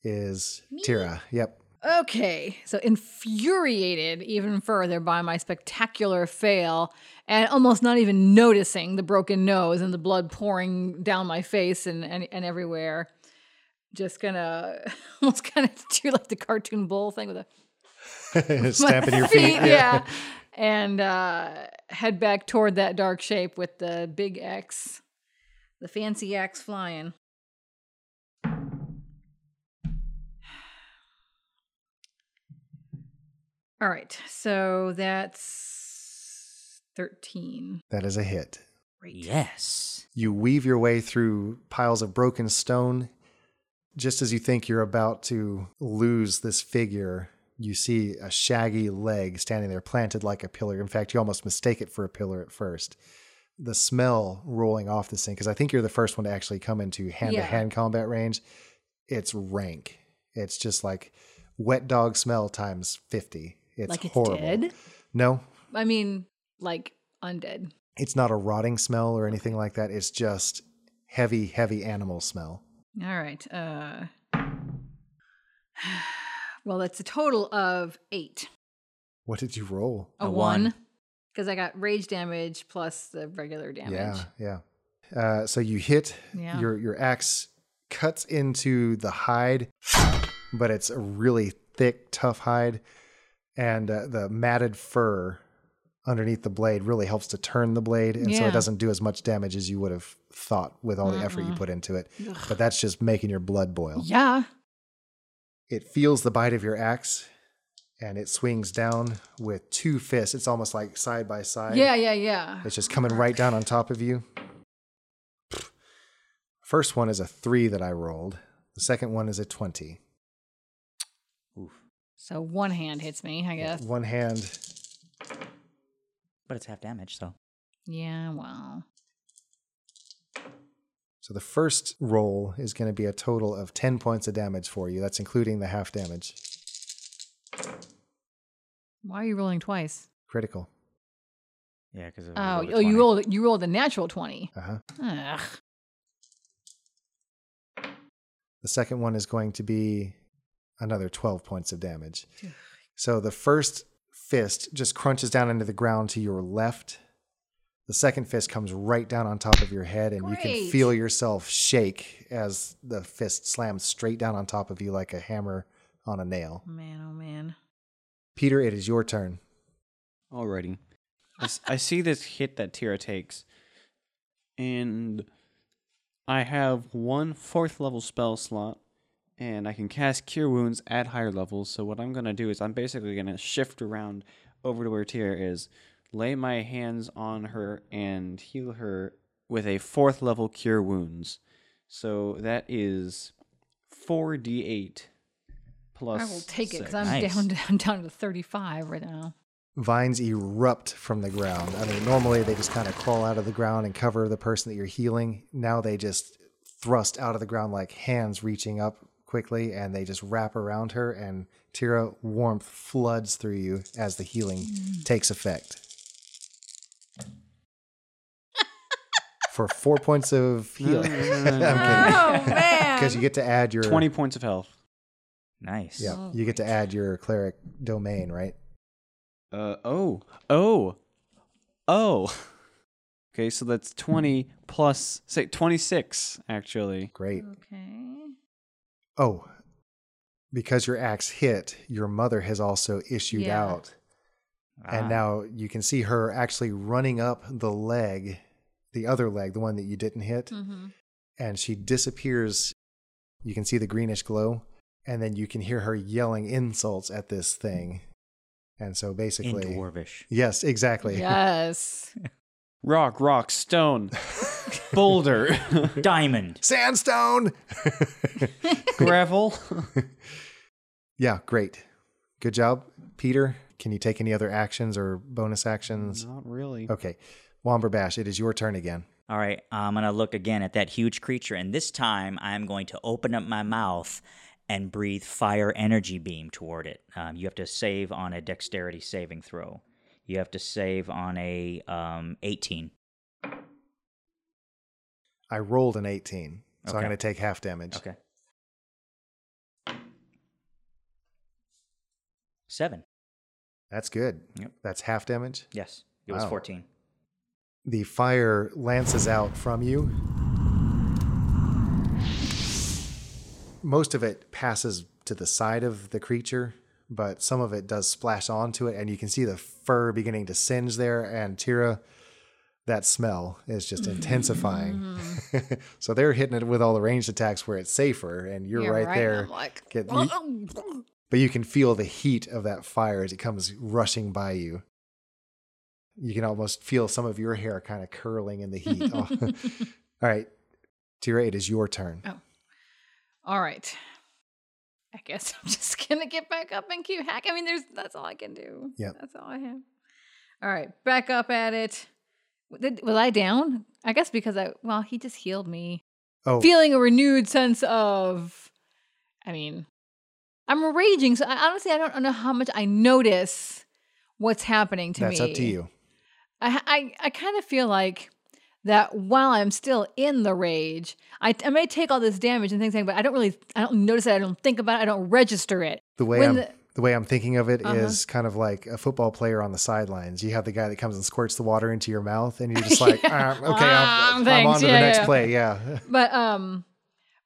S1: is Tira. Yep.
S3: Okay, so infuriated even further by my spectacular fail and almost not even noticing the broken nose and the blood pouring down my face and, and, and everywhere. Just gonna [LAUGHS] almost
S1: [LAUGHS]
S3: [LAUGHS] kind of do like the cartoon bull thing with a
S1: Stamping your feet.
S3: yeah. and uh, head back toward that dark shape with the big X, the fancy axe flying. [SIGHS] All right, so that's 13.
S1: That is a hit.
S3: Great.
S4: Yes.
S1: You weave your way through piles of broken stone. Just as you think you're about to lose this figure, you see a shaggy leg standing there, planted like a pillar. In fact, you almost mistake it for a pillar at first. The smell rolling off this thing, because I think you're the first one to actually come into hand to hand combat range. It's rank. It's just like wet dog smell times 50. It's
S3: like it's
S1: horrible.
S3: dead?
S1: No,
S3: I mean, like undead.
S1: it's not a rotting smell or anything like that. It's just heavy, heavy animal smell.
S3: All right. Uh, [SIGHS] well, that's a total of eight.
S1: What did you roll?
S3: A,
S4: A one.
S3: one. Because I got rage damage plus the regular damage.
S1: Yeah, yeah. Uh, so you hit
S3: Yeah.
S1: your your axe cuts into the hide, but it's a really thick, tough hide, and uh, the matted fur underneath the blade really helps to turn the blade, and so
S3: Yeah.
S1: it doesn't do as much damage as you would have thought with all the effort you put into it. But that's just making your blood boil.
S3: Yeah.
S1: it feels the bite of your axe and it swings down with two fists. It's almost like side by side.
S3: Yeah, yeah, yeah.
S1: It's just coming right down on top of you. First one is a three that I rolled. The second one is a 20.
S3: So one hand hits me, I guess.
S1: One hand,
S4: But it's half damage, so.
S3: Yeah, well.
S1: So the first roll is going to be a total of 10 points of damage for you. That's including the half damage.
S3: Why are you rolling twice?
S1: Critical.
S4: Yeah, because
S3: Oh, oh you rolled you rolled a natural 20.
S1: Uh huh.
S3: Ugh.
S1: The second one is going to be another 12 points of damage. So the first fist just crunches down into the ground to your left. The second fist comes right down on top of your head, and you
S3: Great.
S1: can feel yourself shake as the fist slams straight down on top of you like a hammer on a nail.
S3: Man, oh man.
S1: Peter, it is your turn.
S2: Alrighty. I, s- I see this hit that Tira takes, and I have one fourth level spell slot, and I can cast Cure Wounds at higher levels. So what I'm gonna do is I'm basically gonna shift around over to where Tira is, lay my hands on her, and heal her with a fourth level Cure Wounds. So that is four d8 plus.
S3: I will take it
S2: six.
S3: because I'm
S4: Nice.
S3: down [LAUGHS] to, I'm down to 35 right now.
S1: Vines erupt from the ground. I mean, normally they just kind of crawl out of the ground and cover the person that you're healing. Now they just thrust out of the ground like hands reaching up quickly and they just wrap around her, and Tira warmth floods through you as the healing takes effect. For four points of [LAUGHS]
S3: [LAUGHS]
S1: healing. I'm kidding.
S3: Oh man.
S1: Because you get to add your.
S2: Twenty points of health.
S4: Nice.
S1: Yeah,
S3: Oh,
S1: you get to add your cleric domain, right?
S2: Uh oh. Oh. Oh. [LAUGHS] Okay, so that's 20 plus say 26 actually.
S1: Great.
S3: okay.
S1: Oh, because your axe hit, your mother has also issued
S3: Yeah.
S1: out.
S4: Ah,
S1: And now you can see her actually running up the leg, the other leg, the one that you didn't hit.
S3: Mm-hmm.
S1: And she disappears. You can see the greenish glow. And then you can hear her yelling insults at this thing. And so
S4: In
S1: basically. [LAUGHS]
S4: dwarvish.
S1: Yes, exactly.
S3: Yes.
S2: Rock, rock, [LAUGHS] stone, boulder, [LAUGHS]
S4: Diamond.
S1: [LAUGHS] Sandstone! [LAUGHS]
S2: [LAUGHS] gravel.
S1: yeah, great. Good job, Peter. Can you take any other actions or bonus actions?
S2: Not really.
S1: Okay. Womber Bash, it is your turn again.
S4: All right, I'm going to look again at that huge creature, and this time I'm going to open up my mouth and breathe fire energy beam toward it. Um, you have to save on a dexterity saving throw. You have to save on a um, 18.
S1: I rolled an 18, so I'm
S4: Okay.
S1: going to take half damage.
S4: Okay. Seven.
S1: That's good.
S4: Yep.
S1: That's half damage.
S4: Yes, it was
S1: Wow.
S4: 14.
S1: The fire lances out from you. Most of it passes to the side of the creature, but some of it does splash onto it, and you can see the fur beginning to singe there. And Tira, that smell is just
S4: [LAUGHS]
S1: intensifying.
S4: Mm-hmm.
S1: [LAUGHS] so they're hitting it with all the ranged attacks where it's safer, and you're, right, there.
S3: I'm like,
S1: Get- but you can feel the heat of that fire as it comes rushing by you. You can almost feel some of your hair kind of curling in the heat.
S3: [LAUGHS]
S1: Oh. [LAUGHS] All right, Tira, it is your turn.
S3: all right. I guess [LAUGHS] I'm just gonna get back up and keep hack. I mean, there's that's all I can do.
S1: Yep.
S3: that's all I have. All right, back up at it. Did- Was I down? I guess because I well, he just healed me.
S1: Oh,
S3: feeling a renewed sense of i mean i'm raging so I, honestly i don't know how much i notice what's happening to me
S1: that's up to you.
S3: i i, I kind of feel like that while i'm still in the rage I, I may take all this damage and things like but i don't really i don't notice it i don't think about it i don't register it
S1: The way
S3: When
S1: I'm
S3: the-
S1: the, way I'm thinking of it is
S3: Uh-huh.
S1: kind of like a football player on the sidelines. You have the guy that comes and squirts the water into your mouth,
S3: [LAUGHS]
S1: and you're just like,
S3: Yeah.
S1: "Um, okay,
S3: Ah,
S1: I'm, I'm
S3: thanks.
S1: on to
S3: Yeah,
S1: the next
S3: yeah.
S1: play.
S3: [LAUGHS]
S1: Yeah,
S3: but um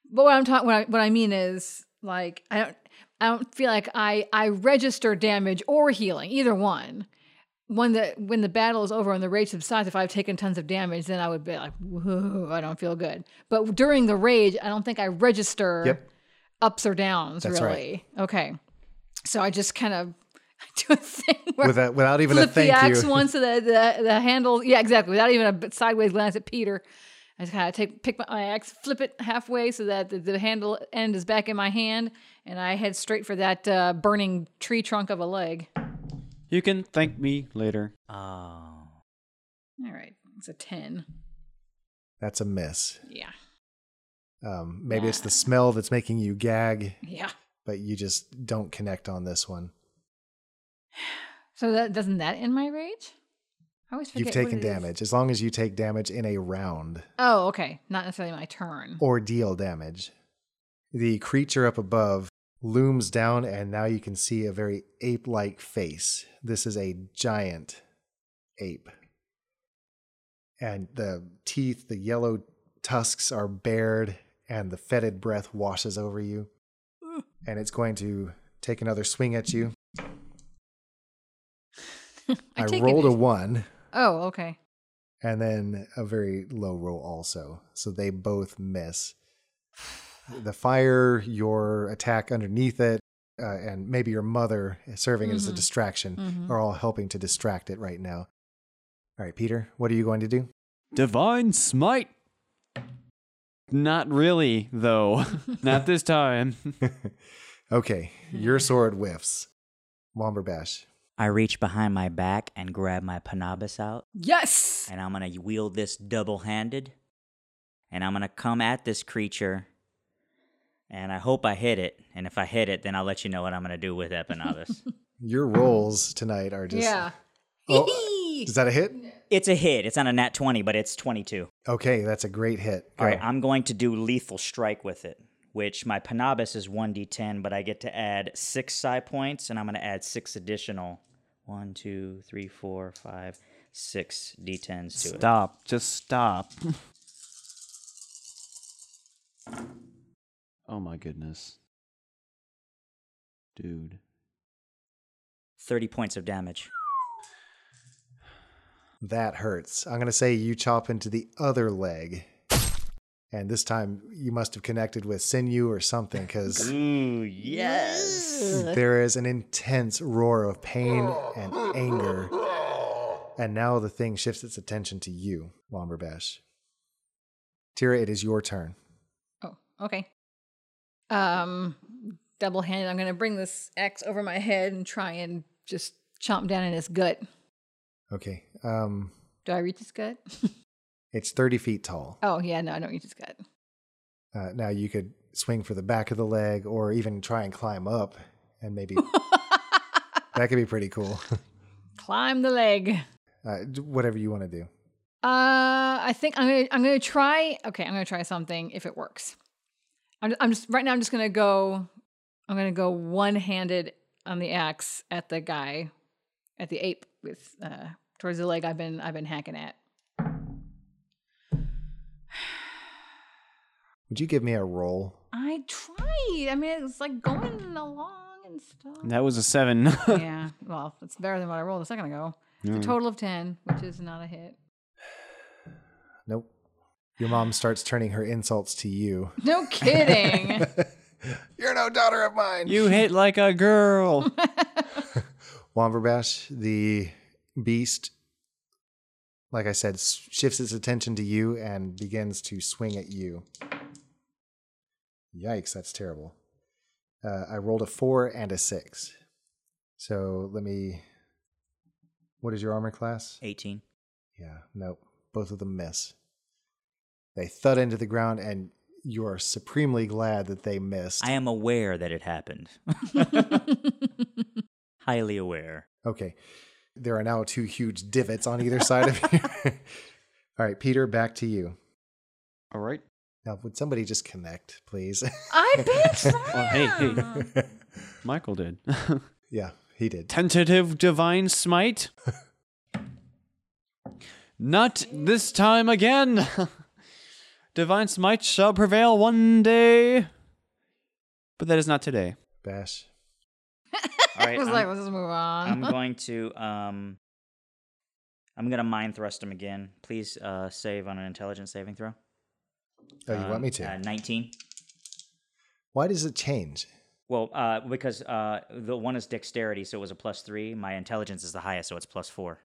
S3: but what i'm talking what I, what I mean is like i don't i don't feel like i i register damage or healing either one one that when the battle is over and the rage subsides if i've taken tons of damage then i would be like whoa i don't feel good but during the rage i don't think i register
S1: Yep.
S3: ups or downs
S1: That's
S3: really okay so i just kind of [LAUGHS] do a thing where
S1: with a, without even a
S3: flip the
S1: thank [LAUGHS]
S3: axe
S1: you.
S3: once to the, the the handle. Yeah, exactly. Without even a b- sideways glance at Peter, I just kind of take pick my, my axe, flip it halfway so that the, the handle end is back in my hand, and I head straight for that uh, burning tree trunk of a leg.
S2: You can thank me later.
S4: Oh.
S3: All right, it's a ten.
S1: That's a miss.
S3: Yeah,
S1: Um, maybe it's the smell that's making you gag,
S3: yeah.
S1: but you just don't connect on this one.
S3: So that doesn't that end my rage? I always forget
S1: You've
S3: what
S1: taken
S3: it is.
S1: damage. As long as you take damage in a round
S3: Oh, okay. Not necessarily my turn.
S1: or deal damage, the creature up above looms down, and now you can see a very ape like face. This is a giant ape. And the teeth, the yellow tusks are bared, and the fetid breath washes over you. And it's going to take another swing at you. I,
S3: take
S1: rolled a
S3: advantage.
S1: one
S3: Oh, okay.
S1: and then a very low roll also. So they both miss. The fire, your attack underneath it, uh, and maybe your mother serving it as a
S3: Mhm.
S1: distraction
S3: Mhm.
S1: are all helping to distract it right now. All right, Peter, what are you going to do?
S2: Divine smite. Not really, though. [LAUGHS] Not this [LAUGHS] time.
S1: Okay, your sword whiffs. Womberbash.
S4: I reach behind my back and grab my panabas out,
S3: Yes.
S4: and I'm gonna wield this double handed, and I'm gonna come at this creature, and I hope I hit it. And if I hit it, then I'll let you know what I'm gonna do with that panabas.
S1: Your rolls tonight are just.
S3: yeah.
S1: Oh, is that a hit?
S4: it's a hit. It's on a nat 20, but it's 22.
S1: Okay, that's a great hit.
S4: All right,
S1: Go.
S4: I'm going to do lethal strike with it, which my panabas is 1d10, but I get to add six psi points, and I'm going to add six additional one, two, three, four, five, six d10s to it.
S2: Stop. Just stop. [LAUGHS] oh my goodness. Dude.
S4: 30 points of damage.
S1: That hurts. I'm going to say you chop into the other leg. And this time you must have connected with sinew or something
S2: [LAUGHS]
S1: because
S4: Ooh, yes.
S1: there is an intense roar of pain and anger. And now the thing shifts its attention to you, Womberbash. Tira, it is your turn.
S3: Oh, okay. Um, double handed. I'm gonna bring this axe over my head and try and just chomp down in his gut.
S1: Okay. Um,
S3: Do I reach his gut? [LAUGHS]
S1: it's 30 feet tall.
S3: oh yeah, no, I don't reach his gut.
S1: Uh, now you could swing for the back of the leg or even try and climb up and maybe that could be pretty cool. [LAUGHS]
S3: Climb the leg.
S1: Uh, d- whatever you want to do.
S3: Uh, I think I'm gonna I'm gonna try. Okay, I'm gonna try something if it works. I'm just, I'm just right now. I'm just gonna go. I'm gonna go one handed on the axe at the guy, at the ape with uh towards the leg I've been I've been hacking at.
S1: Would you give me a roll?
S3: I tried. I mean, it's like going along. Stuff.
S2: That was a seven. [LAUGHS]
S3: yeah. Well, it's better than what I rolled a second ago. It's a total of 10, which is not a hit.
S1: Nope. Your mom starts turning her insults to you.
S3: No kidding.
S1: You're no daughter of mine.
S2: you hit like a girl.
S1: Womberbash, the beast, like I said, s- shifts its attention to you and begins to swing at you. Yikes, that's terrible. Uh, I rolled a four and a six. So let me. What is your armor class?
S4: 18.
S1: Yeah, nope. Both of them miss. They thud into the ground, and you are supremely glad that they missed.
S4: I am aware that it [LAUGHS] happened. Highly aware.
S1: Okay. There are now two huge divots on either side of you. [LAUGHS] All right, Peter, back to you.
S2: [LAUGHS] All right.
S1: Now, would somebody just connect, please?
S3: [LAUGHS]
S1: [LAUGHS]
S3: I bitch.
S2: Well, hey, hey. Michael did. [LAUGHS]
S1: yeah, he did.
S2: Tentative divine smite. Not this time again. [LAUGHS] divine smite shall prevail one day. But that is not today.
S1: Bash.
S4: All
S3: I
S4: right,
S3: was
S4: I'm-
S3: like, let's just move [LAUGHS]
S4: I'm
S3: on.
S4: [LAUGHS] going to um I'm gonna mind thrust him again. Please uh save on an intelligence saving throw.
S1: Oh, you want
S4: Um,
S1: me to?
S4: Uh, Nineteen.
S1: Why does it change?
S4: Well, uh, because uh, the one is dexterity, so it was a plus three. My intelligence is the highest, so it's plus four.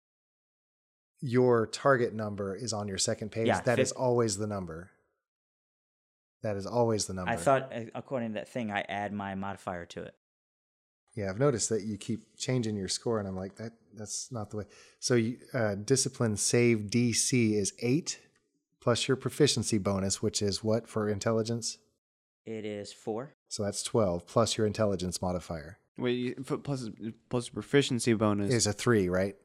S1: Your target number is on your second page. That
S4: Yeah,
S1: is
S4: fif-
S1: always the number. That is always the number.
S4: I thought, uh, according to that thing, I add my modifier to it.
S1: Yeah, I've noticed that you keep changing your score, and I'm like, that that's not the way. So, you, uh, discipline save DC is eight plus your proficiency bonus, which is what for intelligence?
S4: It is four.
S1: So that's 12 plus your intelligence modifier
S2: Wait, you- f- plus plus proficiency bonus.
S1: is a three, right?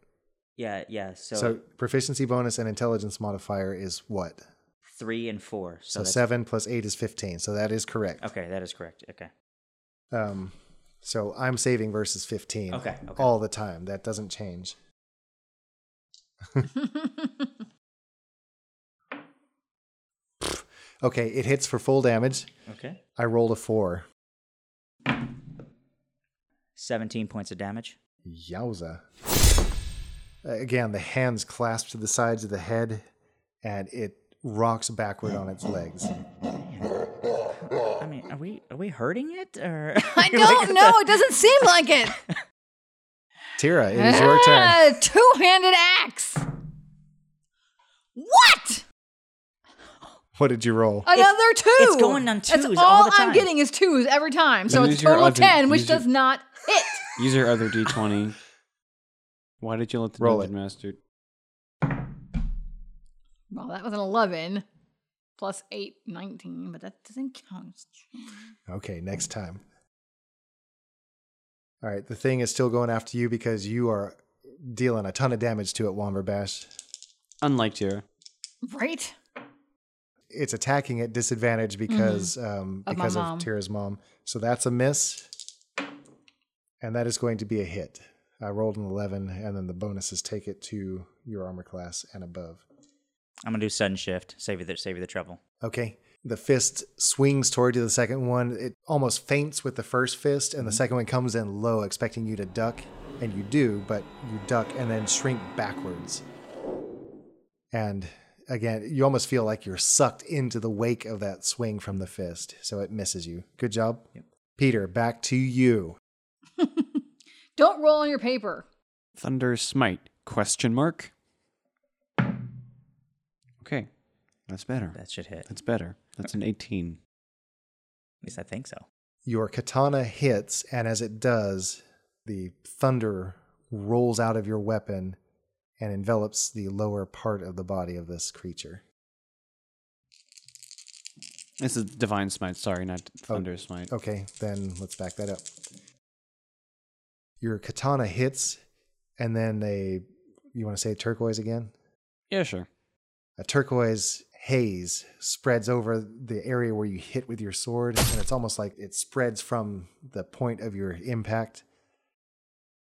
S4: Yeah, yeah. So,
S1: So, proficiency bonus and intelligence modifier is what?
S4: three and four.
S1: So,
S4: So, that's-
S1: seven plus eight is 15. So that is correct.
S4: Okay, that is correct. Okay.
S1: Um, so I'm saving versus 15
S4: Okay, okay.
S1: all the time. That doesn't
S4: [LAUGHS]
S1: change. Okay, it hits for full damage.
S4: Okay.
S1: I rolled a four.
S4: Seventeen points of damage.
S1: Yowza. Again, the hands clasp to the sides of the head and it rocks backward on its legs.
S4: I mean, are we are we hurting it or? [LAUGHS]
S3: I don't know. It doesn't seem like it.
S1: Tira, it is your
S3: [LAUGHS]
S1: turn.
S3: Ah, two-handed axe. What?
S1: What did you roll?
S3: Another two.
S4: it's going on
S3: That's
S4: twos
S3: all,
S4: all the
S3: I'm
S4: time.
S3: getting is twos every time. So
S2: And
S3: it's
S2: these are
S3: total of
S2: other-
S3: ten, which
S2: these are-
S3: does not hit.
S2: Use your
S1: [LAUGHS]
S2: other d20. Why did you let the
S1: Roll
S2: dungeon
S1: it.
S2: master?
S3: Well, that was an eleven plus eight, 19, but that doesn't count. [LAUGHS]
S1: Okay, next time. All right, the thing is still going after you because you are dealing a ton of damage to it, Womberbash.
S2: Unlike Tira.
S3: Right?
S1: It's attacking at disadvantage because um,
S3: Mm-hmm. Of my
S1: because
S3: mom.
S1: of Tira's mom. So that's a miss, and that is going to be a hit. I rolled an eleven, and then the bonuses take it to your armor class and above.
S4: I'm gonna do sudden shift. Save you the save you the trouble.
S1: Okay. The fist swings toward you, the second one. It almost faints with the first fist, and the second one comes in low, expecting you to duck. And you do, but you duck and then shrink backwards. And again, you almost feel like you're sucked into the wake of that swing from the fist, so it misses you. Good job. Peter, back to you.
S3: Don't roll on your paper.
S2: Thunder smite? Question mark. Okay, that's better.
S4: That should hit. At
S2: That's better. That's an 18.
S4: least I think so.
S1: Your katana hits, and as it does, the thunder rolls out of your weapon and envelops the lower part of the body of this creature.
S2: This is divine smite. Sorry, not thunder smite.
S1: Okay, then let's back that up. Your katana hits, and then a you want to say turquoise again?
S2: Yeah, sure.
S1: A turquoise haze spreads over the area where you hit with your sword, and it's almost like it spreads from the point of your impact.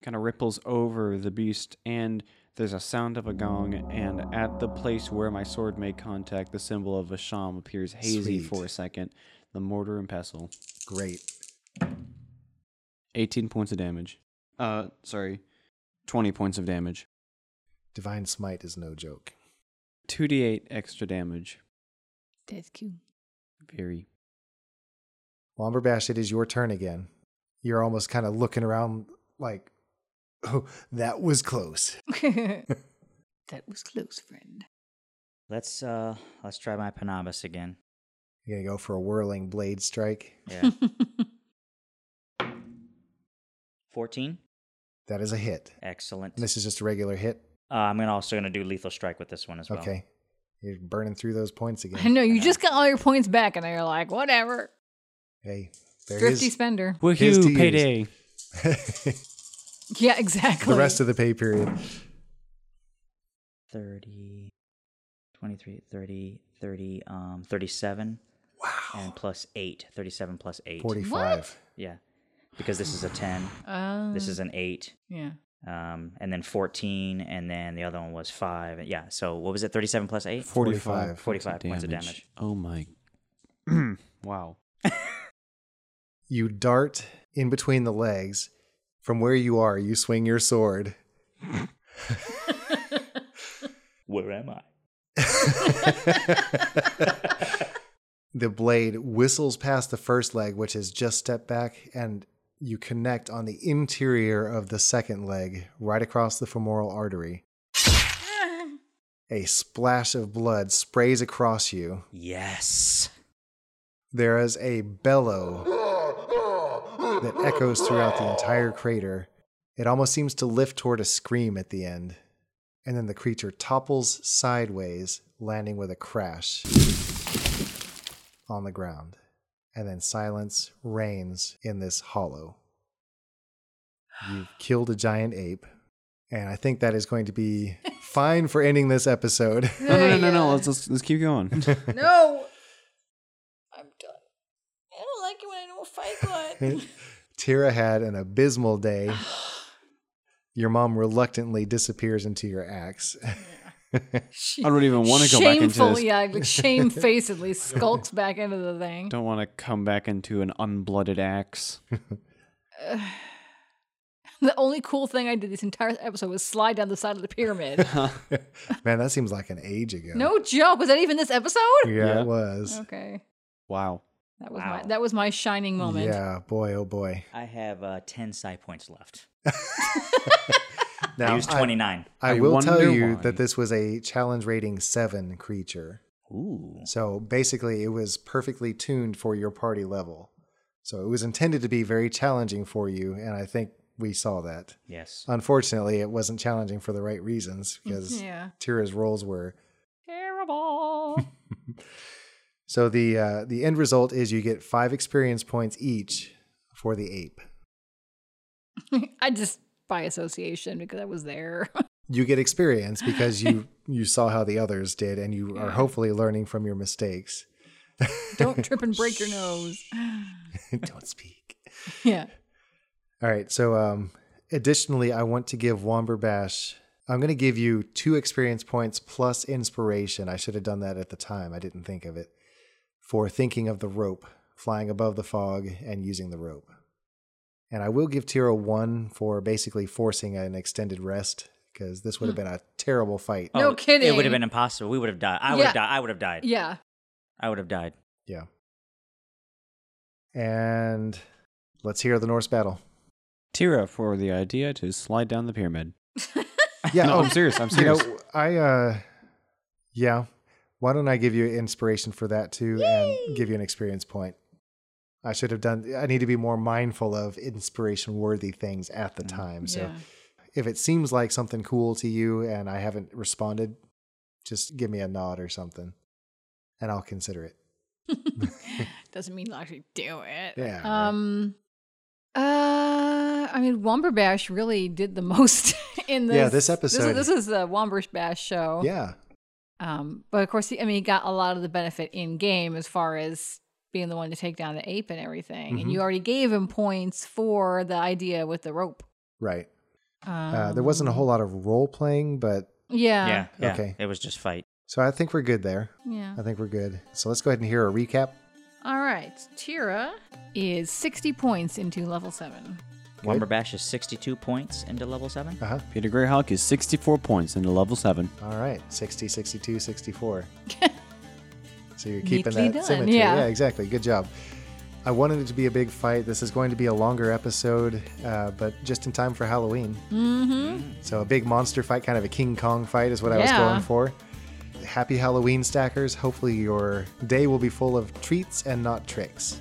S2: Kind of ripples over the beast, and there's a sound of a gong, and at the place where my sword made contact, the symbol of a sham appears hazy
S1: Sweet.
S2: for a second. The mortar and pestle.
S1: Great.
S2: 18 points of damage. Uh, sorry, 20 points of damage.
S1: Divine Smite is no joke.
S2: 2d8 extra damage.
S3: That's [LAUGHS] cute.
S2: Very.
S1: Womberbash, it is your turn again. You're almost kind of looking around like, oh, that was close.
S3: that was close, friend.
S4: Let's uh let's try my Panabas again.
S1: You're going to go for a whirling blade strike.
S3: [LAUGHS]
S4: Yeah. Fourteen.
S1: That is a hit.
S4: Excellent.
S1: And this is just a regular hit.
S4: Uh, I'm gonna also gonna do lethal strike with this one as well.
S1: Okay. You're burning through those points again.
S3: I know you just got all your points back, and now you're like, whatever.
S1: Hey, there
S3: Thrifty
S1: is
S3: spender.
S1: Here's to
S2: Woohoo!
S1: yours.
S2: Payday.
S3: Yeah, exactly.
S1: the rest of the pay period.
S4: 30, 23, 30, 30, um, 37. Wow. And plus 8. 37 plus 8.
S1: 45.
S4: Yeah. Because this is a 10.
S3: Uh,
S4: This is an 8.
S3: yeah.
S4: Um, and then 14. And then the other one was 5. Yeah. So what was it? 37 plus 8?
S1: 45.
S4: 45 points of damage.
S2: Oh my. wow.
S1: You dart in between the legs. From where you are, you swing your sword.
S4: Where am I?
S1: The blade whistles past the first leg, which has just stepped back, and you connect on the interior of the second leg, right across the femoral artery. A splash of blood sprays across you.
S4: Yes.
S1: There is a bellow that echoes throughout the entire crater. It almost seems to lift toward a scream at the end. And then the creature topples sideways, landing with a crash on the ground. And then silence reigns in this hollow. You've killed a giant ape. And I think that is going to be fine for ending this episode.
S2: No, no, no, no, no. Let's, let's, let's keep going.
S3: No! I'm done. I don't like it when I don't fight God.
S1: Tira had an abysmal
S3: [SIGHS]
S1: day. Your mom reluctantly disappears into your axe.
S2: I don't even want to go back into
S3: Shameful,
S2: this.
S3: yeah,
S2: [LAUGHS]
S3: like shamefacedly skulks back into the thing.
S2: Don't want to come back into an unblooded axe.
S3: The only cool thing I did this entire episode was slide down the side of the pyramid.
S1: [LAUGHS]
S3: [LAUGHS]
S1: Man, that seems like an age ago.
S3: no joke. Was that even this episode?
S1: Yeah,
S2: Yeah.
S1: it was.
S3: Okay,
S2: Wow.
S3: that was
S4: Wow.
S3: my that was my shining moment.
S1: Yeah, boy, oh boy.
S4: I have uh, 10 psi points left.
S1: Now,
S4: I used 29.
S1: I,
S2: I
S1: will tell
S2: wonder
S1: you
S2: why.
S1: that this was a challenge rating seven creature.
S4: Ooh.
S1: So basically, it was perfectly tuned for your party level. So it was intended to be very challenging for you, and I think we saw that.
S4: Yes.
S1: Unfortunately, it wasn't challenging for the right reasons because
S3: [LAUGHS] Yeah.
S1: Tira's rolls were
S3: Terrible. [LAUGHS]
S1: So the uh, the end result is you get five experience points each for the ape.
S3: I just by association because I was there. [LAUGHS]
S1: You get experience because you you saw how the others did, and you are hopefully learning from your mistakes. [LAUGHS]
S3: Don't trip and break your nose. [LAUGHS]
S1: Don't speak.
S3: Yeah.
S1: All right. So um, additionally, I want to give Womberbash. I'm going to give you two experience points plus inspiration. I should have done that at the time. I didn't think of it for thinking of the rope, flying above the fog, and using the rope. And I will give Tiro one for basically forcing an extended rest because this would have been a terrible fight.
S3: No
S4: It
S3: kidding.
S4: would have been impossible. We would have died. I would have
S3: Yeah.
S4: died. I would have died.
S3: Yeah.
S4: I would have died.
S1: Yeah. And let's hear the Norse battle.
S2: Tira for the idea to slide down the pyramid.
S1: Yeah.
S2: No,
S1: oh,
S2: I'm serious. I'm
S1: [LAUGHS] You know,
S2: serious.
S1: I uh yeah. Why don't I give you inspiration for that too and give you an experience point? I should have done I need to be more mindful of inspiration worthy things at
S2: Mm.
S1: the time. So
S3: Yeah.
S1: if it seems like something cool to you and I haven't responded, just give me a nod or something and I'll consider it.
S3: Doesn't mean I'll actually do it.
S1: Yeah, right.
S3: Um. Uh, I mean, Womberbash really did the most [LAUGHS] in this.
S1: Yeah, this episode.
S3: This, is the Womberbash show.
S1: Yeah.
S3: Um, but of course, he, I mean, he got a lot of the benefit in game as far as being the one to take down the ape and everything. And
S1: Mm-hmm.
S3: you already gave him points for the idea with the rope.
S1: Right.
S3: Um,
S1: Uh, there wasn't a whole lot of role playing, but
S3: Yeah.
S4: yeah. yeah.
S1: Okay.
S4: It was just fight.
S1: so I think we're good there.
S3: Yeah.
S1: I think we're good. So let's go ahead and hear a recap.
S3: All right. Tira is 60 points into level 7.
S4: Womberbash is 62 points into level 7.
S1: Uh huh.
S2: Peter Greyhawk is 64 points into level 7.
S1: All right. 60, 62,
S3: [LAUGHS]
S1: 64. so you're keeping
S3: Neatly
S1: that
S3: done,
S1: symmetry.
S3: yeah.
S1: exactly. Good job. I wanted it to be a big fight. This is going to be a longer episode, uh, but just in time for Halloween. Mm-hmm. So a big monster fight, kind of a King Kong fight, is what I was
S3: Yeah.
S1: going for. Happy Halloween, stackers. Hopefully, your day will be full of treats and not tricks.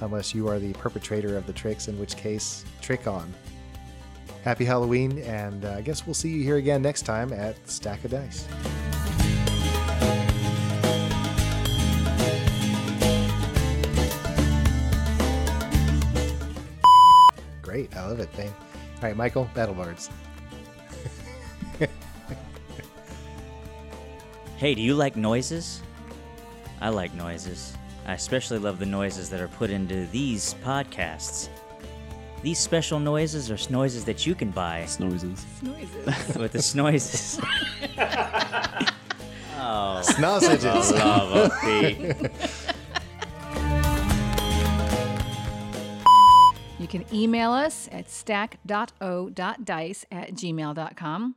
S1: Unless you are the perpetrator of the tricks, in which case, trick on. Happy Halloween, and uh, I guess we'll see you here again next time at Stack of Dice. Great, I love it, thing. All right, Michael, Battle Bards.
S4: Hey, do you like noises? I like noises. I especially love the noises that are put into these podcasts. These special noises are s- noises that you can buy
S2: It's noises.
S3: Noises.
S4: [LAUGHS] with the noises.
S1: Snossages.
S3: [LAUGHS]
S4: Lava feet.
S3: You can email us at stack.o.dice at gmail.com.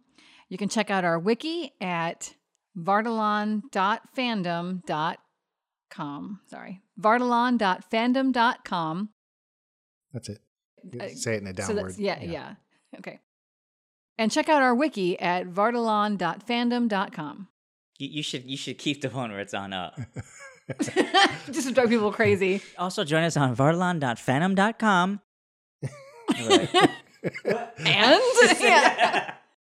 S3: You can check out our wiki at vardalon.fandom.com. Sorry, vardalon.fandom.com.
S1: That's it.
S3: Uh,
S1: Say it in a
S3: So
S1: downward.
S3: that's, yeah, yeah, Okay. And check out our wiki at vardalon.fandom.com.
S4: You, you should you should keep the one where it's on up.
S3: [LAUGHS] Just to drive people crazy.
S4: Also join us on varlon.phantom.com.
S3: And [LAUGHS] yeah.